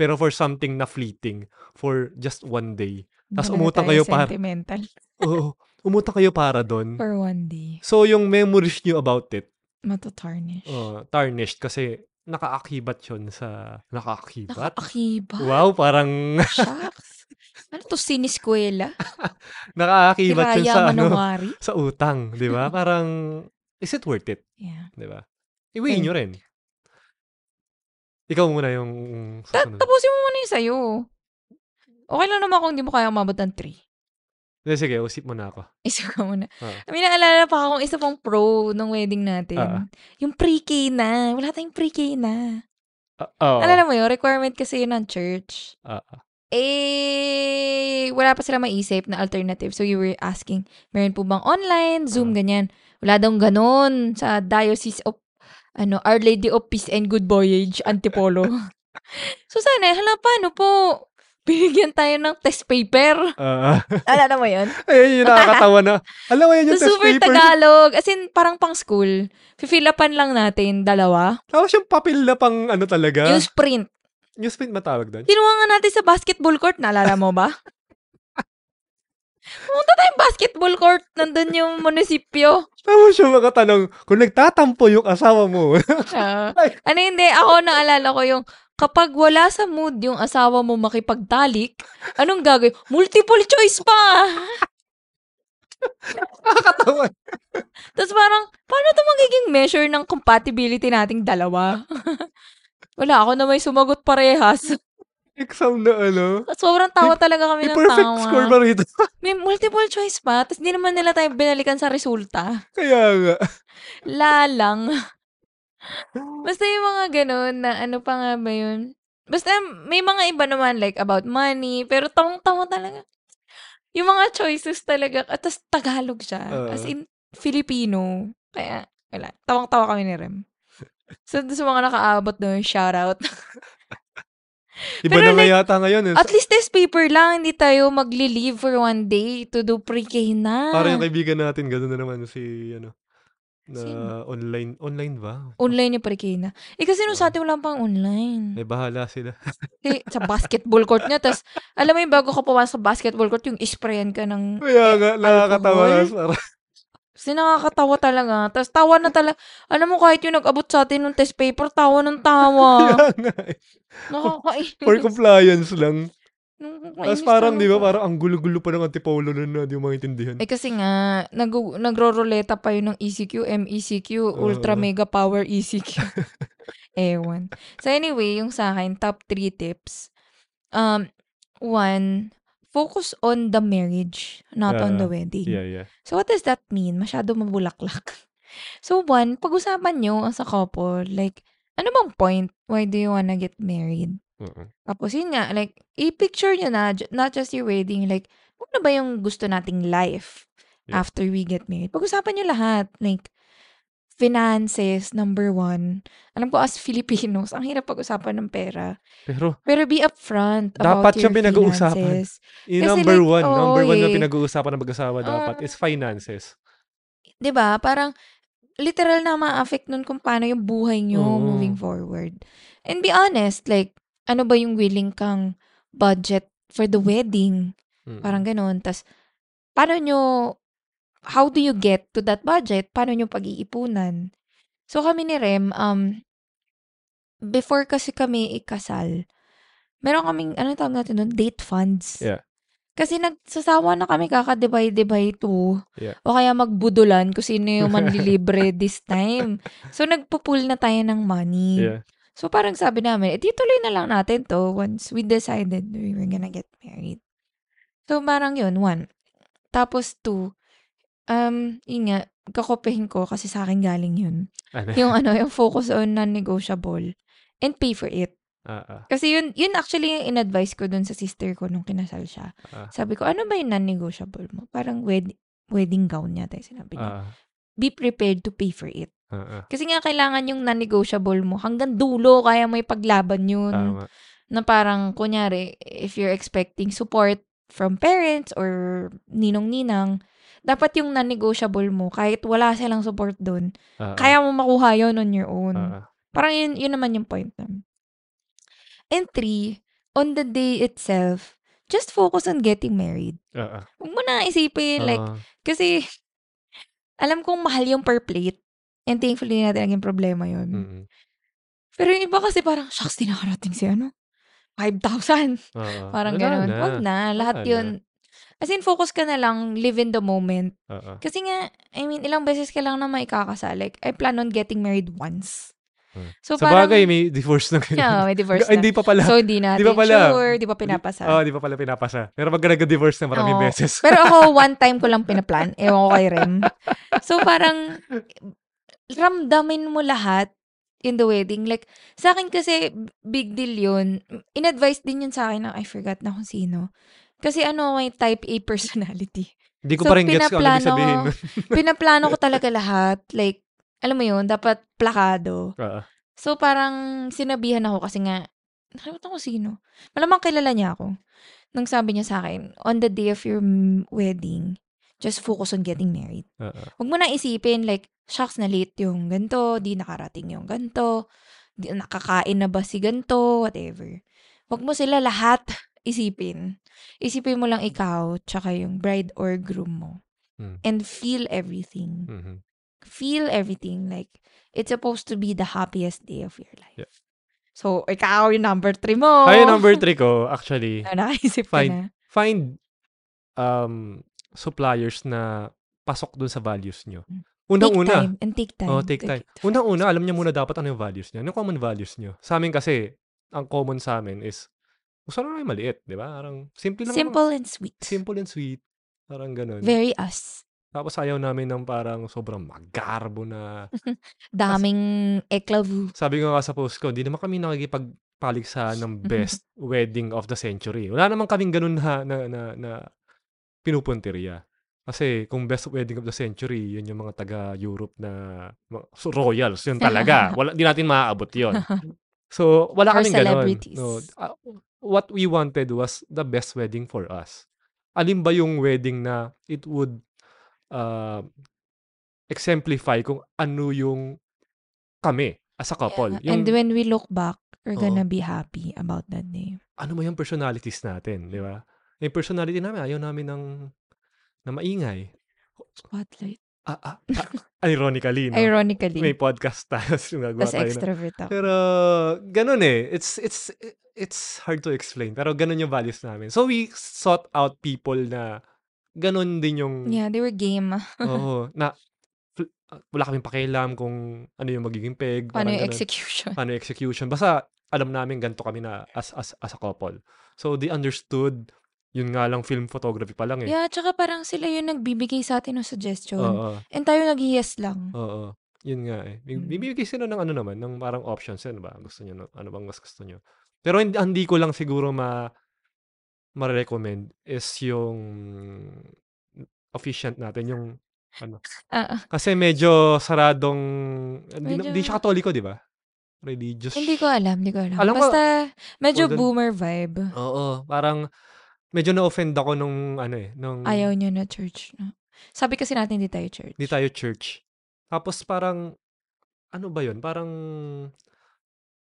S2: Pero for something na fleeting, for just one day. Tas
S3: Wala na
S2: umutang kayo
S3: tayo
S2: para-
S3: Sentimental
S2: Oo, umutang kayo para doon.
S3: for one day.
S2: So, yung memories niyo about it, Oh.
S3: Matatarnish.
S2: uh, tarnished kasi nakaakibat yun sa... Nakaakibat?
S3: Nakaakibat.
S2: Wow, parang
S3: Shucks. Ano to, siniskwela?
S2: nakaakibat yun sa
S3: Hiraya
S2: ano,
S3: Manowari?
S2: [laughs] sa utang, 'di ba? Parang is it worth it,
S3: Yeah.
S2: 'di ba? Iwi nyo rin. Ikaw muna yung
S3: Ta-
S2: susunod.
S3: tapusin mo muna yung sa'yo. Okay lang naman kung hindi mo kaya umabot ng 3.
S2: Eh, Sige, usip mo na ako.
S3: [laughs] Isip ko muna.
S2: Ah.
S3: May naalala pa akong isa pang pro ng wedding natin.
S2: Ah.
S3: Yung pre-K na. Wala tayong pre-K na.
S2: Ah, oo. [laughs]
S3: Alala mo yun, requirement kasi yun ng church.
S2: Ah,
S3: Eh, wala pa sila maisip na alternative. So, you were asking, meron po bang online, Zoom,
S2: Ah.
S3: ganyan. Wala daw ganun sa Diocese of, ano, Our Lady of Peace and Good Voyage,
S2: [laughs]
S3: Antipolo. [laughs] so, sana, hala, paano po? Binigyan tayo ng test
S2: [laughs]
S3: paper.
S2: Ah, ah.
S3: Alala mo yun?
S2: Ayun yung nakakatawa na. Alam mo yun yung
S3: So,
S2: test
S3: super
S2: paper.
S3: Tagalog. As in, parang pang school. Fill upan lang natin, dalawa.
S2: Tapos yung papel na pang ano talaga.
S3: Yung sprint.
S2: Newsprint matawag doon.
S3: Ginawa nga natin sa basketball court, naalala mo ba? Pumunta tayong basketball court, nandun yung munisipyo.
S2: Tapos yung mga tanong, kung nagtatampo yung asawa mo. [laughs]
S3: Ah.
S2: Ay.
S3: ano hindi, ako naalala ko yung kapag wala sa mood yung asawa mo makipagtalik, anong gagawin? Multiple choice pa!
S2: Nakakatawa.
S3: Tapos parang, paano to magiging measure ng compatibility nating dalawa? [laughs] wala, ako na may sumagot parehas. [laughs]
S2: Exam na ano.
S3: Sobrang tawa talaga kami
S2: May
S3: ng
S2: perfect
S3: tawa.
S2: score ba rito? [laughs]
S3: May multiple choice pa, tapos di naman nila tayo binalikan sa resulta.
S2: Kaya nga. [laughs]
S3: Lalang. Basta yung mga ganun na ano pa nga ba yun. Basta may mga iba naman like about money, pero tawang-tawa talaga. Yung mga choices talaga, at tas Tagalog siya.
S2: Oo.
S3: as in, Filipino. Kaya, wala. Tawang-tawa kami ni Rem. So, dun sa mga nakaabot doon,
S2: [laughs]
S3: shoutout.
S2: Iba
S3: Pero
S2: na nga
S3: like,
S2: yata ngayon. Eh.
S3: At least test paper lang, hindi tayo magli-leave for one day to do pre-K na.
S2: Parang yung kaibigan natin, gano'n na naman si, ano, na
S3: Ah. Sino? Hmm.
S2: online, online ba?
S3: Online yung pre-K na. Eh kasi nung sa atin wala pang online.
S2: Eh, bahala sila. [laughs]
S3: Eh, sa basketball court nga. Tapos, alam mo yung bago ka pumasok sa basketball court, yung isprayan ka ng...
S2: Kaya nga, nakakatawa na.
S3: alcohol? Kasi nakakatawa talaga. Tapos, tawa na talaga. Alam mo, kahit yung nag-abot sa atin ng test paper, tawa ng
S2: [laughs]
S3: tawa.
S2: Kaya nga. eh.
S3: Nakakainis.
S2: For compliance
S3: [laughs]
S2: lang. Tapos
S3: Nakakainis
S2: parang, di ba,
S3: talaga.
S2: parang ang gulo-gulo pa ng antipolo nun na di mo maintindihan.
S3: Eh kasi nga, nag- nagro-ruleta pa yun ng E ECQ, MECQ, Ultra
S2: Oo.
S3: Mega Power ECQ. [laughs] Ewan. So anyway, yung sa akin, top 3 tips. Um, one, focus on the marriage, not on the
S2: Ah,
S3: wedding.
S2: Yeah, yeah.
S3: So what does that mean? Masyado mabulaklak. [laughs] So one, pag-usapan nyo as a couple, like, ano bang point? Why do you wanna get married?
S2: Oo.
S3: Tapos yun nga, like, i-picture nyo na, ju- not just your wedding, like, ano ba yung gusto nating life
S2: Yeah.
S3: after we get married? Pag-usapan nyo lahat, like, finances, number one. Alam ko, as [laughs] Filipinos, ang hirap pag-usapan ng pera.
S2: Pero,
S3: Pero be upfront about
S2: Dapat
S3: your
S2: siyang pinag-uusapan.
S3: finances.
S2: yung
S3: Kasi
S2: number
S3: like,
S2: one,
S3: oo,
S2: number one na
S3: eh.
S2: pinag-uusapan ng mag-asawa dapat
S3: Ah.
S2: is finances.
S3: 'di ba? Parang literal na ma-affect nun kung paano yung buhay nyo
S2: Oo.
S3: moving forward. And be honest, like ano ba yung willing kang budget for the wedding?
S2: Mm.
S3: Parang ganun. Tas paano nyo how do you get to that budget? Paano nyo pag-iipunan? So kami ni Rem um before kasi kami ikasal, meron kaming, ano tawag natin doon? Date funds.
S2: Yeah.
S3: Kasi nagsasawa na kami kakadibay-dibay to.
S2: Yeah.
S3: O kaya magbudulan kung sino
S2: [laughs]
S3: yung manlilibre this time. So, nagpo-pool na tayo ng money.
S2: Yeah.
S3: So, parang sabi namin, eh, di tuloy na lang natin to once we decided we were gonna get married. So, parang yun, one. Tapos, two, um, yun nga, kakopehin ko kasi sa akin galing
S2: [laughs]
S3: yun.
S2: Ano?
S3: Yung ano, yung focus on non-negotiable and pay for it.
S2: Ah, ah,
S3: Kasi yun, yun actually yung in-advise ko dun sa sister ko nung kinasal siya.
S2: Ah.
S3: Sabi ko, ano ba yung non-negotiable mo? Parang wed- wedding gown yata yung sinabi niya.
S2: ah,
S3: Be prepared to pay for it.
S2: ah, ah.
S3: Kasi nga kailangan yung non-negotiable mo. Hanggang dulo, kaya mo ipaglaban yun.
S2: Tama.
S3: Na parang, kunyari, if you're expecting support from parents or ninong-ninang, dapat yung non-negotiable mo, kahit wala silang support dun,
S2: Ah, ah,
S3: kaya mo makuha yun on your own.
S2: ah, ah.
S3: Parang yun, yun naman yung point namin. And three, on the day itself, just focus on getting married.
S2: Ah, ah.
S3: Huwag mo na isipin, like,
S2: Ah,
S3: kasi, [laughs]
S2: Hmm.
S3: alam kong mahal yung per plate. And thankfully, hindi natin naging problema yun.
S2: mm-mm.
S3: Pero yung iba kasi parang, shucks, di nakarating si ano. 5,000.
S2: Oo.
S3: Parang
S2: Ah, Wala
S3: gano'n.
S2: na.
S3: Huwag na. Lahat
S2: Wala na.
S3: yun. As in, focus ka na lang. Live in the moment.
S2: Oo.
S3: Kasi nga, I mean, ilang beses ka lang na maikakasal. Like, I plan on getting married once.
S2: Hmm.
S3: So,
S2: Sa
S3: [laughs] parang,
S2: bagay, may divorce na ganun. [laughs]
S3: Yeah, may
S2: Ay,
S3: divorce na.
S2: Hindi pa pala.
S3: So, hindi natin
S2: pa pala. ah,
S3: sure. Di pa
S2: Oo,
S3: pinapasal.
S2: di pa pala pinapasa. Pero pag nag-divorce na maraming
S3: Oo.
S2: beses.
S3: Pero ako, one time ko lang pinaplan. Ewan ko kay Rem. So, parang, ramdamin mo lahat in the wedding. Like, sa akin kasi, big deal yun. In-advise din yun sa akin ng, I forgot na kung sino. Kasi ano, may type A personality.
S2: [laughs] Hindi ko
S3: So,
S2: pa rin gets ko ano ibig
S3: pinaplano-
S2: sabihin. nun. [laughs]
S3: Pinaplano ko talaga lahat. Like, alam mo yun, dapat plakado.
S2: Oo.
S3: So, parang sinabihan ako kasi nga, nakalimutan ko sino. Malamang kilala niya ako. Nung sabi niya sa akin, on the day of your m- wedding, just focus on getting married.
S2: Oo.
S3: Huwag mo na isipin, like, shucks, na late yung ganto, di nakarating yung ganto, di, nakakain na ba si ganto, whatever. Huwag mo sila lahat [laughs] isipin. Isipin mo lang ikaw, tsaka yung bride or groom mo.
S2: Hmm.
S3: And feel everything
S2: Mhm.
S3: feel everything. Like, it's supposed to be the happiest day of your life.
S2: Yeah.
S3: So, ikaw yung number three mo.
S2: Ay, number three ko, actually,
S3: Ah,
S2: Fine.
S3: Nakaisip ka na. [laughs]
S2: find um suppliers na pasok dun sa values nyo.
S3: Mm. Take
S2: Unang-una.
S3: time and take time.
S2: Oh, take time. Unang-una, alam niya muna dapat ano yung values niya. Ano yung common values niyo? Sa amin kasi, ang common sa amin is, gusto na lang yung maliit, di ba? Parang simple lang.
S3: Simple and sweet.
S2: Simple and sweet. Parang ganun.
S3: Very us.
S2: Tapos ayaw namin ng parang sobrang magarbo na
S3: Daming eklavu.
S2: sabi ko nga sa post ko, hindi naman kami nakikipagpalig sa
S3: Mm-hmm.
S2: ng best wedding of the century. Wala naman kaming ganun ha, na, na, na pinupunteriya. Kasi kung best wedding of the century, yun yung mga taga-Europe na mga- so, royals, yun talaga. Wala, di natin maaabot yun. So, wala
S3: Or
S2: kaming ganun.
S3: celebrities.
S2: No, Ah, what we wanted was the best wedding for us. Alin ba yung wedding na it would uh, exemplify kung ano yung kami as a couple. Yung,
S3: And when we look back, we're
S2: Oo.
S3: gonna be happy about that day.
S2: ano ba yung personalities natin,
S3: Mm.
S2: di ba? Yung personality namin, ayaw namin ng, na maingay.
S3: Spotlight.
S2: Ah, ah, ah, ironically, no? May
S3: Ironically.
S2: podcast [laughs] tayo. sinagawa
S3: Tapos
S2: tayo na-
S3: extrovert ako.
S2: Pero ganun eh. It's it's it's hard to explain. Pero ganun yung values namin. So we sought out people na ganun din yung
S3: Yeah, they were game.
S2: oo, na fl- uh, wala kaming pakialam kung ano yung magiging peg,
S3: Paano
S2: parang
S3: yung
S2: ganun.
S3: execution?
S2: paano yung ano, execution. Basta alam namin ganito kami na as as as a couple. So they understood yun nga lang film photography pa lang eh.
S3: Yeah, tsaka parang sila yung nagbibigay sa atin ng suggestion.
S2: Oo.
S3: And tayo nag-yes lang.
S2: Oo. Yun nga eh. Bib-
S3: Mm.
S2: Bibigay sila ng ano naman, ng parang options. Ano ba? Gusto nyo, ano bang mas gusto nyo? Pero hindi, hindi ko lang siguro ma ma-recommend is yung officiant natin, yung
S3: Ah, ah.
S2: kasi medyo saradong hindi
S3: Medyo-
S2: di, siya katoliko, di ba? Religious.
S3: hindi ko alam, hindi ko alam.
S2: Alam ko-
S3: Basta, medyo
S2: Golden-
S3: boomer vibe.
S2: Oo, parang medyo na-offend ako nung ano eh, nung
S3: Ayaw niya na church. No? Sabi kasi natin hindi tayo church.
S2: di tayo church. Tapos parang, ano ba yun? Parang,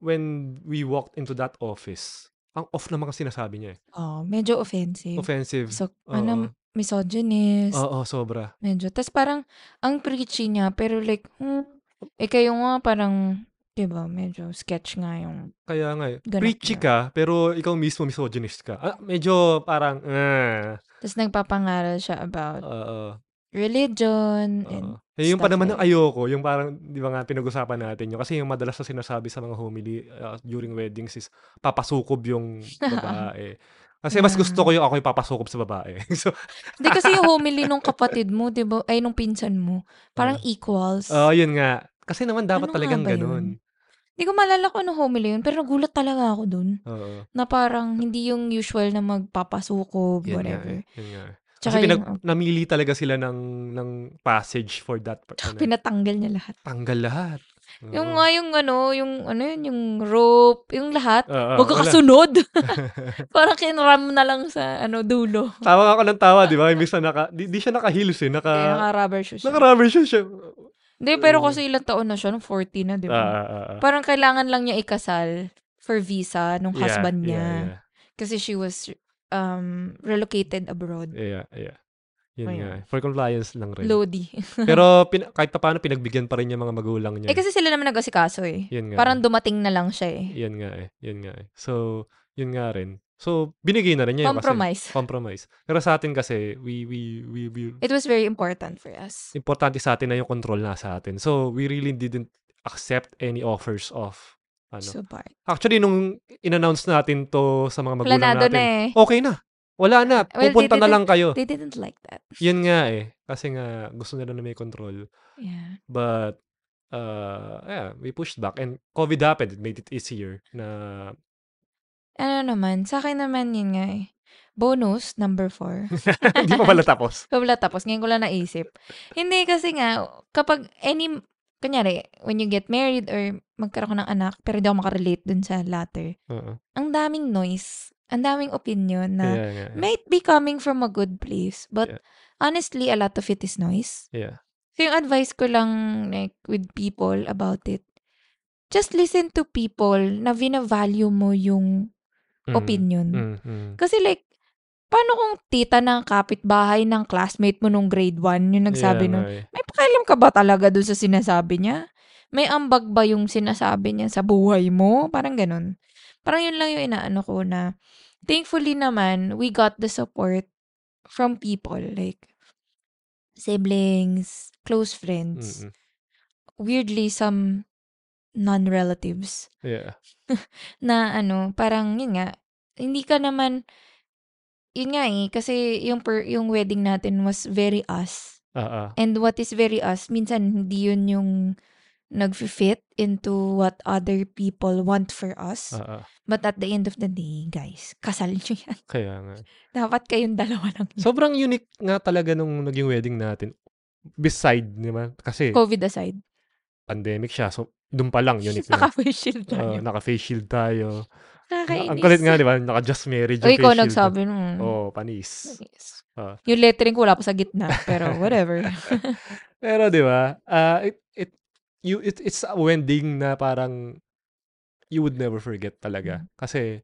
S2: when we walked into that office, ang off naman kasi sinasabi niya eh.
S3: Oh, medyo offensive.
S2: Offensive.
S3: So,
S2: Oo.
S3: ano, misogynist.
S2: Oo, sobra.
S3: Medyo. Tapos parang, ang preachy niya, pero like, hmm, eh kayo nga parang, diba, medyo sketch nga yung,
S2: Kaya nga, eh,
S3: Ganap
S2: preachy
S3: na.
S2: ka, pero ikaw mismo misogynist ka. Ah, medyo parang, ah,
S3: tapos nagpapangaral siya about
S2: oo,
S3: religion, and,
S2: oo. Eh, yung pa
S3: stuff
S2: naman ang
S3: like-
S2: ayoko, yung parang, di ba nga, pinag-usapan natin yun. Kasi yung madalas na sinasabi sa mga homily ah, during weddings is, papasukob yung babae.
S3: [laughs]
S2: Kasi mas gusto ko
S3: Hmm.
S2: yung ako yung papasukob sa babae. [laughs] so,
S3: hindi kasi
S2: [laughs]
S3: yung homily nung kapatid mo, diba, ay nung pinsan mo, parang equals.
S2: ano? Oo, yun nga. Kasi naman dapat
S3: Ano nga
S2: talagang
S3: ba yun?
S2: ganun.
S3: Hindi ko malala kung ano homily yun, pero nagulat talaga ako dun.
S2: Oo.
S3: Na parang hindi yung usual na magpapasukob,
S2: Yun nga
S3: whatever.
S2: eh. Yun nga. eh. Kasi
S3: Tsaka
S2: pinag,
S3: yung, oh,
S2: namili talaga sila ng ng passage for that. pa- ano,
S3: tsaka pinatanggal niya lahat.
S2: tanggal lahat. Oo.
S3: Yung nga yung ano, yung ano yun, yung rope, yung lahat.
S2: Oo,
S3: Huwag ka
S2: Ah, wala. [laughs]
S3: kasunod. [laughs] parang kinram na lang sa ano dulo.
S2: Tawa ako ng tawa, di ba? Imbis na naka, di, di siya naka-heels eh. Naka,
S3: Kaya naka-rubber shoes. siya.
S2: naka-rubber shoes siya.
S3: Hindi, pero kasi ilang taon na siya, nung 40 na, di
S2: Mm. Ah,
S3: ba?
S2: ah, ah, ah.
S3: Parang kailangan lang niya ikasal for visa nung
S2: Yeah,
S3: husband niya.
S2: Yeah,
S3: Kasi she was um relocated abroad.
S2: yeah, yeah, yeah. Yun
S3: Ayun.
S2: nga. eh. For compliance lang rin.
S3: Lodi. [laughs]
S2: Pero pin- kahit pa paano, pinagbigyan pa rin yung mga magulang niya.
S3: eh kasi sila naman nag-asikaso eh.
S2: yun nga.
S3: Parang dumating na lang siya eh.
S2: Yun nga eh. Yun nga eh. So, yun nga rin. So, binigay na rin niya yun
S3: Compromise.
S2: Kasi, compromise. Pero sa atin kasi, we, we, we, we,
S3: It was very important for us.
S2: importante sa atin na yung control na sa atin. So, we really didn't accept any offers of, ano.
S3: So part.
S2: Actually, nung in-announce natin to sa mga magulang
S3: Planado
S2: natin, Oh.
S3: na
S2: [laughs]
S3: eh.
S2: okay na. Wala na.
S3: Well,
S2: Pupunta
S3: they
S2: na lang kayo.
S3: They didn't like that.
S2: Yun nga eh. Kasi nga, gusto nila na may control.
S3: Yeah.
S2: But uh yeah, we pushed back and COVID happened, it made it easier na [laughs]
S3: Ano naman, sa akin naman yun nga eh. Bonus, number
S2: [laughs]
S3: four.
S2: hindi pa pala tapos.
S3: Wala tapos, ngayon ko lang naisip. Hindi kasi nga, kapag any, kunyari, when you get married or magkaroon ka ng anak, pero hindi ako makarelate dun sa latter,
S2: Oo.
S3: ang daming noise, ang daming opinion na
S2: Kaya nga. eh.
S3: might be coming from a good place, but
S2: Yeah.
S3: honestly, a lot of it is noise.
S2: Yeah.
S3: So yung advice ko lang like with people about it, just listen to people na vina-value mo yung
S2: Mm,
S3: opinion.
S2: mm, mm.
S3: Kasi like, paano kung tita ng kapitbahay ng classmate mo nung grade 1 yung nagsabi
S2: Yeah,
S3: nun,
S2: nga eh.
S3: may pakialam ka ba talaga dun sa sinasabi niya? May ambag ba yung sinasabi niya sa buhay mo? Parang ganun. Parang yun lang yung inaano ko na thankfully naman, we got the support from people like siblings, close friends,
S2: Mm, mm.
S3: weirdly some non-relatives
S2: Yeah.
S3: na ano, parang yun nga, hindi ka naman, yun nga eh, kasi yung, per, yung wedding natin was very us.
S2: Ah, ah.
S3: And what is very us, minsan hindi yun yung nag-fit into what other people want for us.
S2: ah, ah.
S3: But at the end of the day, guys, kasal [laughs] nyo yan.
S2: Kaya nga.
S3: Hmm. Dapat kayong dalawa lang. yun.
S2: Sobrang unique nga talaga nung naging wedding natin. Beside naman kasi
S3: COVID aside,
S2: pandemic siya. So doon pa lang unique na.
S3: naka-face shield
S2: Oo,
S3: tayo.
S2: naka-face shield tayo.
S3: Nakakainis.
S2: Ah, Ang galit nga, di ba? Naka-just marriage
S3: O
S2: yung
S3: ikaw
S2: face shield.
S3: nagsabi nun.
S2: Oo, panis.
S3: Yes.
S2: Ah.
S3: Yung lettering ko wala pa sa gitna,
S2: [laughs]
S3: pero whatever.
S2: Pero 'di ba? ah, it it you it, it's a wedding na parang you would never forget
S3: Mm.
S2: talaga. Kasi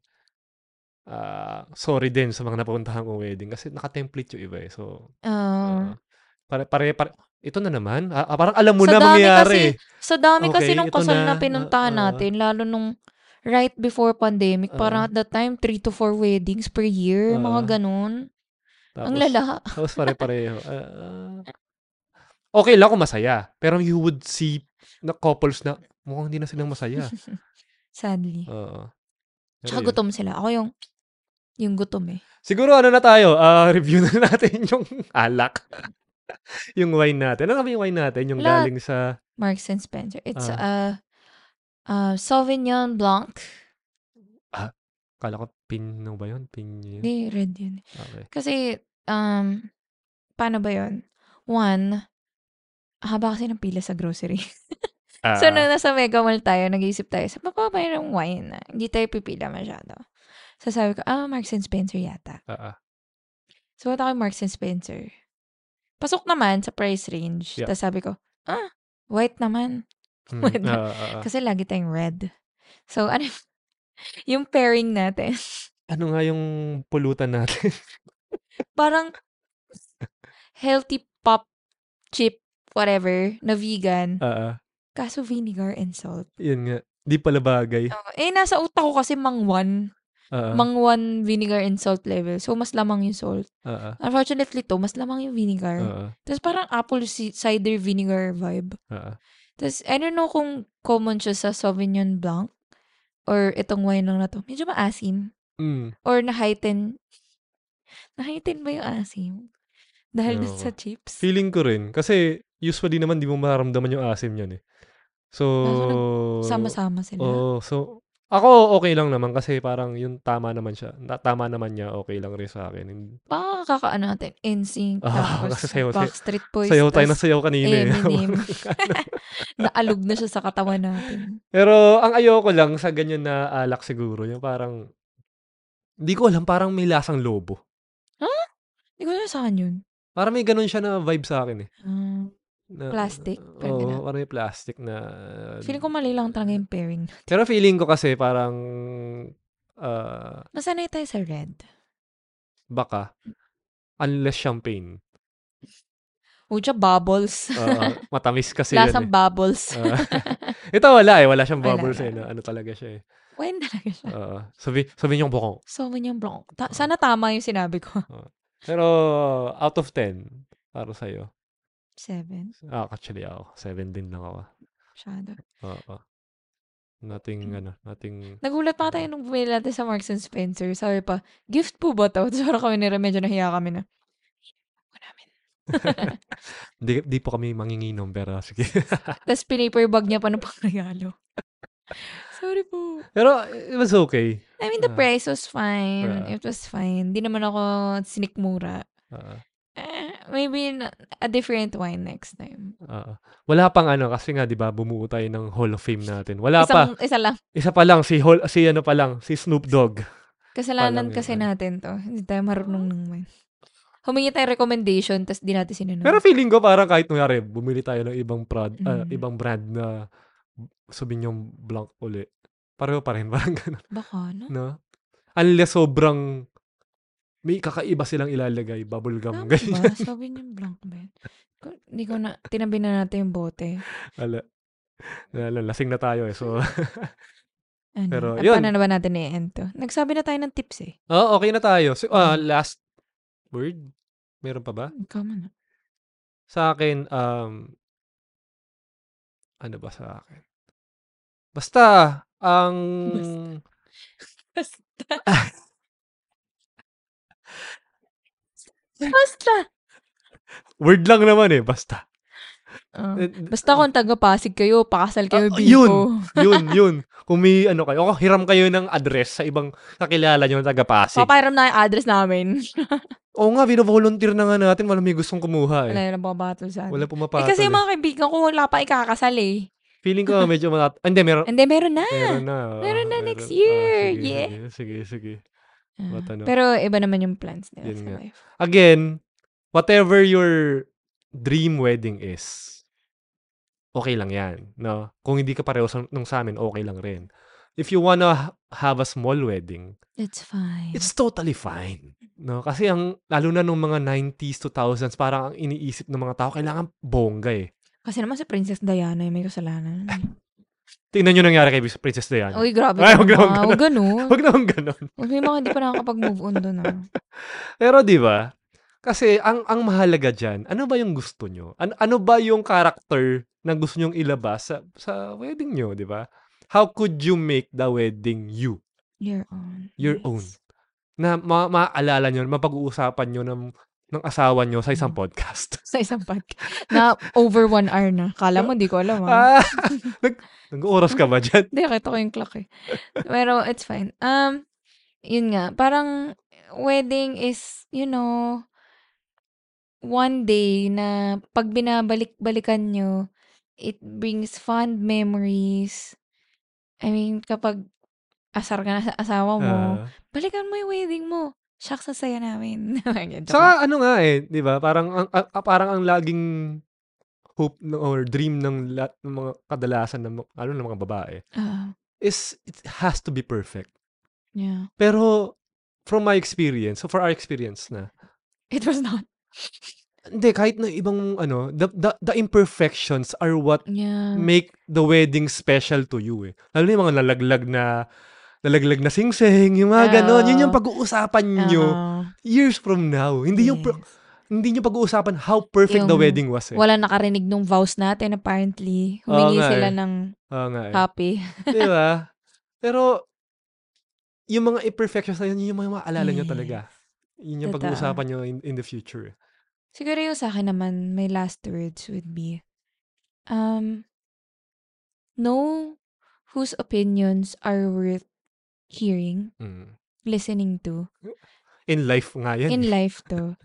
S2: ah, sorry din sa mga napuntahan kong wedding kasi naka-template yung iba eh. So ah,
S3: Um,
S2: pare pare pare ito na naman. Ah, ah, parang alam mo na
S3: dami
S2: mangyayari. eh.
S3: Kasi, sa dami kasi
S2: Okay,
S3: nung
S2: ito
S3: kasal na,
S2: na. Ah,
S3: pinuntahan
S2: Oo.
S3: natin, lalo nung right before pandemic,
S2: Ah.
S3: parang at that time, 3 to 4 weddings per year,
S2: Oo.
S3: mga ganun.
S2: Ah. Tapos,
S3: Ang lala.
S2: Tapos pare-pareho. Ah, ah. okay lang kung masaya. Pero you would see na couples na mukhang hindi na silang masaya.
S3: Sadly.
S2: Oo. Pero
S3: Tsaka
S2: yun.
S3: gutom sila. Ako yung, yung gutom eh.
S2: Siguro ano na tayo, ah, [laughs] review na natin yung alak. yung wine natin. Ano ba yung wine natin? Yung
S3: Wala.
S2: galing sa
S3: Marks and Spencer. It's
S2: Ah.
S3: a uh, Sauvignon Blanc.
S2: kala ko Pinot ba yun? Pinot.
S3: Hindi, Eh, red yun.
S2: Okay.
S3: Kasi, um, paano ba yun? One, haba kasi ng pila sa grocery. [laughs]
S2: Ah,
S3: So, nung nasa Mega Mall tayo, nag-iisip tayo, sa pa ba ng wine na? Hindi tayo pipila masyado. So, sabi ko, ah, Marks and Spencer yata.
S2: ah,
S3: [laughs]
S2: ah.
S3: So, wala ko Marks and Spencer. Pasok naman sa price range.
S2: Yeah.
S3: Tapos sabi ko, ah, white naman.
S2: Hmm,
S3: Wait
S2: ah,
S3: lang.
S2: ah, ah.
S3: Kasi lagi tayong red. So, ano, [laughs] yung pairing natin,
S2: Ano nga yung pulutan natin? [laughs]
S3: parang healthy pop chip, whatever, na vegan.
S2: Ah, ah.
S3: Kaso vinegar and salt.
S2: yun nga. Di pala bagay.
S3: Oh, eh, nasa utak ko kasi mangwan.
S2: Ah, ah.
S3: Mang one vinegar and salt level. So, mas lamang yung salt.
S2: Ah, ah.
S3: Unfortunately to, mas lamang yung
S2: Ah,
S3: vinegar.
S2: ah.
S3: Tapos parang apple ci- cider vinegar vibe.
S2: Ah, ah.
S3: Tapos, I don't know kung common siya sa Sauvignon Blanc or itong wine lang na to. Medyo maasim.
S2: Mm.
S3: Or na-heighten. Na-heighten ba yung asim? Dahil
S2: Ewan
S3: sa chips?
S2: Feeling ko rin. Kasi usually naman di mo mararamdaman yung asim yun eh. So,
S3: Sama-sama sila.
S2: Oo, so ako okay lang naman kasi parang yung tama naman siya. Na, tama naman niya, okay lang rin sa akin. Hin-
S3: Baka kakaano natin, NSYNC,
S2: Ah,
S3: tapos
S2: kasi [laughs] sayaw-
S3: Backstreet Boys,
S2: Sayaw tayo na
S3: tapos
S2: sayaw kanina. eh. [laughs]
S3: Eminem. [laughs] Naalog na siya sa katawan natin.
S2: Pero ang ayoko lang sa ganyan na alak siguro, yung parang hindi ko alam, parang may lasang lobo.
S3: Hindi ko na saan yun.
S2: Parang may ganun siya na vibe sa akin eh.
S3: Ah.
S2: Na,
S3: Plastic? Parang
S2: Oo,
S3: ganun.
S2: parang may plastic na...
S3: Feeling ko mali lang talaga yung pairing.
S2: Pero feeling ko kasi parang ah,
S3: Masanay tayo sa red.
S2: baka unless champagne.
S3: Uja,
S2: [laughs]
S3: bubbles. [laughs]
S2: Oo, matamis kasi
S3: Lasang
S2: yun. Eh.
S3: bubbles. [laughs]
S2: Oo. ito wala [laughs] eh. Wala siyang
S3: Wala,
S2: bubbles eh.
S3: wala.
S2: no? Ano talaga siya eh.
S3: When talaga siya?
S2: Oo. sabi, sabi niyong buko.
S3: Sauvignon Blanc.
S2: Ah.
S3: Ta- sana tama yung sinabi ko. [laughs]
S2: Pero out of 10, para sa'yo.
S3: Seven.
S2: Ah, actually ako. 7 din lang ako.
S3: Masyado.
S2: Oo. Nothing,
S3: Hmm.
S2: ano, nothing.
S3: Nagulat pa tayo nung bumili natin sa Marks and Spencer. Sabi pa, gift po ba to? [laughs] Tapos parang kami nila, medyo nahiya kami na. "Hindi po namin."
S2: Di, di po kami manginginom, pero [laughs] sige.
S3: Tapos pinaperbag niya pa ng pangregalo. [laughs] Sorry po.
S2: pero it was okay.
S3: I mean, the
S2: Ah.
S3: price was
S2: Ah.
S3: fine. It was fine. Di naman ako sinikmura.
S2: Oo.
S3: Eh, maybe na- a different wine next time.
S2: oo. wala pang ano, kasi nga, di ba, bumuo tayo ng Hall of Fame natin. Wala pa.
S3: Isang, isa lang.
S2: Isa pa lang, si, Hall, si ano pa lang, si Snoop Dogg. Palang
S3: Kasalanan
S2: yun,
S3: kasi
S2: ano.
S3: natin to. Hindi tayo
S2: Ah.
S3: marunong ng wine. Humingi tayo recommendation, tapos di natin sinunod.
S2: Pero feeling ko parang kahit nangyari, bumili tayo ng ibang prod, ah,
S3: Mm.
S2: ibang brand na Sauvignon Blanc uli. Pareho pa rin, [laughs] parang ganun,
S3: Baka, no?
S2: no? Unless sobrang may kakaiba silang ilalagay, bubble gum,
S3: Tama
S2: ganyan.
S3: ba? Sabi
S2: [laughs]
S3: niya blank ba yun? Ko- Hindi ko na, tinabi na natin yung bote.
S2: [laughs] Ala. Ala, lasing na tayo eh. So,
S3: Mm.
S2: [laughs]
S3: Ano?
S2: Pero
S3: At
S2: yun.
S3: paano na ba natin i-end to? Nagsabi na tayo ng tips eh.
S2: oh, okay na tayo. So, ah,
S3: Mm.
S2: last word? Meron pa ba?
S3: Ikaw man. ah.
S2: [laughs] Sa akin, um, ano ba sa akin? Basta, ang...
S3: Basta. Basta.
S2: Word lang naman eh, basta.
S3: Oh.
S2: Eh, d-
S3: Basta kung taga-Pasig kayo, pakasal kayo,
S2: Ah,
S3: Biko.
S2: yun. yun, yun. Kung may ano kayo, oh, hiram kayo ng address sa ibang kakilala nyo na taga Pasig.
S3: Papairam na yung address namin.
S2: Oo nga, bino-volunteer na nga natin. Walang may gustong kumuha eh.
S3: Wala na mga battle sa atin.
S2: Wala
S3: Eh,
S2: pumapatol.
S3: kasi
S2: eh.
S3: yung mga kaibigan ko, wala pa ikakasal eh.
S2: Feeling ko medyo manat... Hindi, meron,
S3: And then, [laughs] meron na.
S2: Meron na. oo.
S3: Meron na next
S2: Ah,
S3: year.
S2: sige,
S3: Yeah.
S2: Sige, sige, sige.
S3: Ah,
S2: But ano.
S3: Pero iba naman yung plans nila
S2: Yun
S3: sa
S2: nga.
S3: life.
S2: Again, whatever your dream wedding is, okay lang yan. No? Kung hindi ka pareho sa, nung sa amin, okay lang rin. If you wanna ha- have a small wedding,
S3: It's fine.
S2: it's totally fine. No? Kasi ang, lalo na nung mga 90s, 2000s, parang ang iniisip ng mga tao, kailangan bongga eh.
S3: Kasi naman si Princess Diana yung may kasalanan.
S2: Tingnan nyo nangyari kay Princess Diana. [laughs]
S3: [laughs] Uy, grabe.
S2: Ay,
S3: ka
S2: huwag
S3: naman.
S2: naman
S3: Huwag ganun.
S2: Huwag naman ganon.
S3: Huwag may mga hindi pa nakakapag-move on doon. Ah.
S2: Pero 'di ba? Kasi ang ang mahalaga diyan, ano ba yung gusto nyo? Ano ano ba yung character na gusto nyong ilabas sa sa wedding nyo, 'di ba? How could you make the wedding you?
S3: Your own.
S2: Your
S3: Nice.
S2: own. Na ma- maaalala nyo, mapag-uusapan nyo ng ng asawa nyo sa isang
S3: Mm.
S2: podcast.
S3: Sa isang podcast. [laughs] Na over one hour na. Kala mo, hindi ko alam.
S2: [laughs]
S3: Ah.
S2: Ah, nag, nag-oras ka ba dyan?
S3: Hindi, kita ko yung clock eh. Pero it's fine. Um, yun nga. Parang wedding is, you know, one day na pag binabalik-balikan nyo, it brings fond memories. I mean, kapag asar ka na sa asawa mo,
S2: Ah.
S3: balikan mo yung wedding mo. Shucks, ang saya namin. [laughs] Ganyan, joke lang.
S2: Saka ano nga eh, 'di ba? Parang ang a- a- parang ang laging hope ng- or dream ng lahat ng mga kadalasan ng mga- ano ng mga babae
S3: Ah,
S2: is it has to be perfect.
S3: yeah.
S2: Pero from my experience, so for our experience na,
S3: It was not.
S2: hindi, kahit na ibang ano, the, the, the imperfections are what
S3: Yeah.
S2: make the wedding special to you eh. Lalo na yung mga nalaglag na nalaglag na singsing, yung mga ganon. Yun yung
S3: Oh.
S2: pag-uusapan nyo
S3: Ah,
S2: years from now. Hindi yung pro-
S3: yes.
S2: hindi nyo pag-uusapan how perfect the
S3: Yung
S2: wedding was eh.
S3: Wala nakarinig nung vows natin apparently.
S2: Oo
S3: Humingi
S2: nga
S3: sila
S2: eh.
S3: ng
S2: Oo nga eh.
S3: copy.
S2: Di
S3: [laughs]
S2: ba? Pero, yung mga imperfections na yun, yun yung mga maalala nyo
S3: Yes.
S2: talaga. Yun yung
S3: Totoo.
S2: pag-uusapan nyo in, in the future. eh.
S3: Siguro yung sa akin naman, my last words would be, um, know whose opinions are worth hearing,
S2: Mm.
S3: listening to,
S2: In life nga yan.
S3: in
S2: eh.
S3: life to.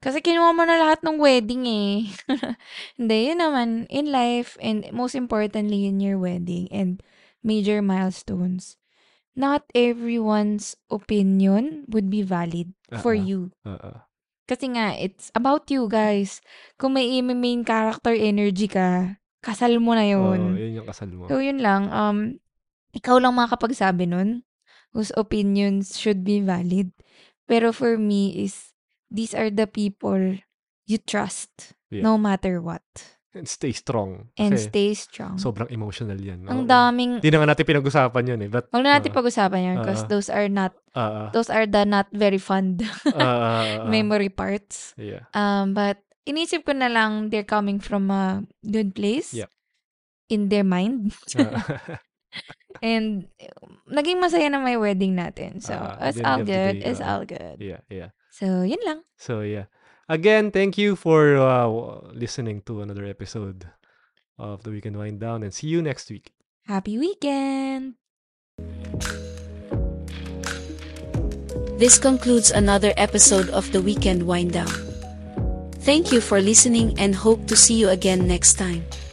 S3: Kasi kinuha mo na lahat ng wedding eh. [laughs] Hindi, yun naman, in life, and most importantly, in your wedding, and major milestones, not everyone's opinion would be valid for
S2: Ah, ah.
S3: you.
S2: Oo.
S3: Kasi nga, it's about you guys. Kung may main character energy ka, kasal mo na yun.
S2: Oo, yun yung kasal mo.
S3: So, yun lang. Um, ikaw lang makakapagsabi nun whose opinions should be valid. Pero for me is, these are the people you trust
S2: Yeah.
S3: no matter what.
S2: And stay strong.
S3: And
S2: Kasi
S3: stay strong.
S2: sobrang emotional yan.
S3: Ang
S2: Oo.
S3: daming,
S2: Hindi na nga natin pinag-usapan yun eh. But,
S3: wag na natin
S2: oo.
S3: pag-usapan yan because
S2: Oo.
S3: those are not,
S2: Ah, ah,
S3: those are the not very [laughs] fun
S2: ah, ah, ah,
S3: [laughs]
S2: ah.
S3: memory parts. [laughs]
S2: Yeah. [laughs]
S3: Um, but inisip ko na lang they're coming from a good place
S2: Yep.
S3: in their
S2: [laughs]
S3: mind.
S2: Ah,
S3: And um, naging masaya na may wedding natin. So,
S2: Ah, at the end
S3: it's all
S2: of the
S3: good.
S2: day,
S3: It's
S2: ah,
S3: all good.
S2: yeah, yeah.
S3: So, yun lang.
S2: So yeah. Again, thank you for uh, w- listening to another episode of The Weekend Wind Down and see you next week.
S3: Happy weekend!
S1: This concludes another episode of the Weekend Wind Down. Thank you for listening and hope to see you again next time.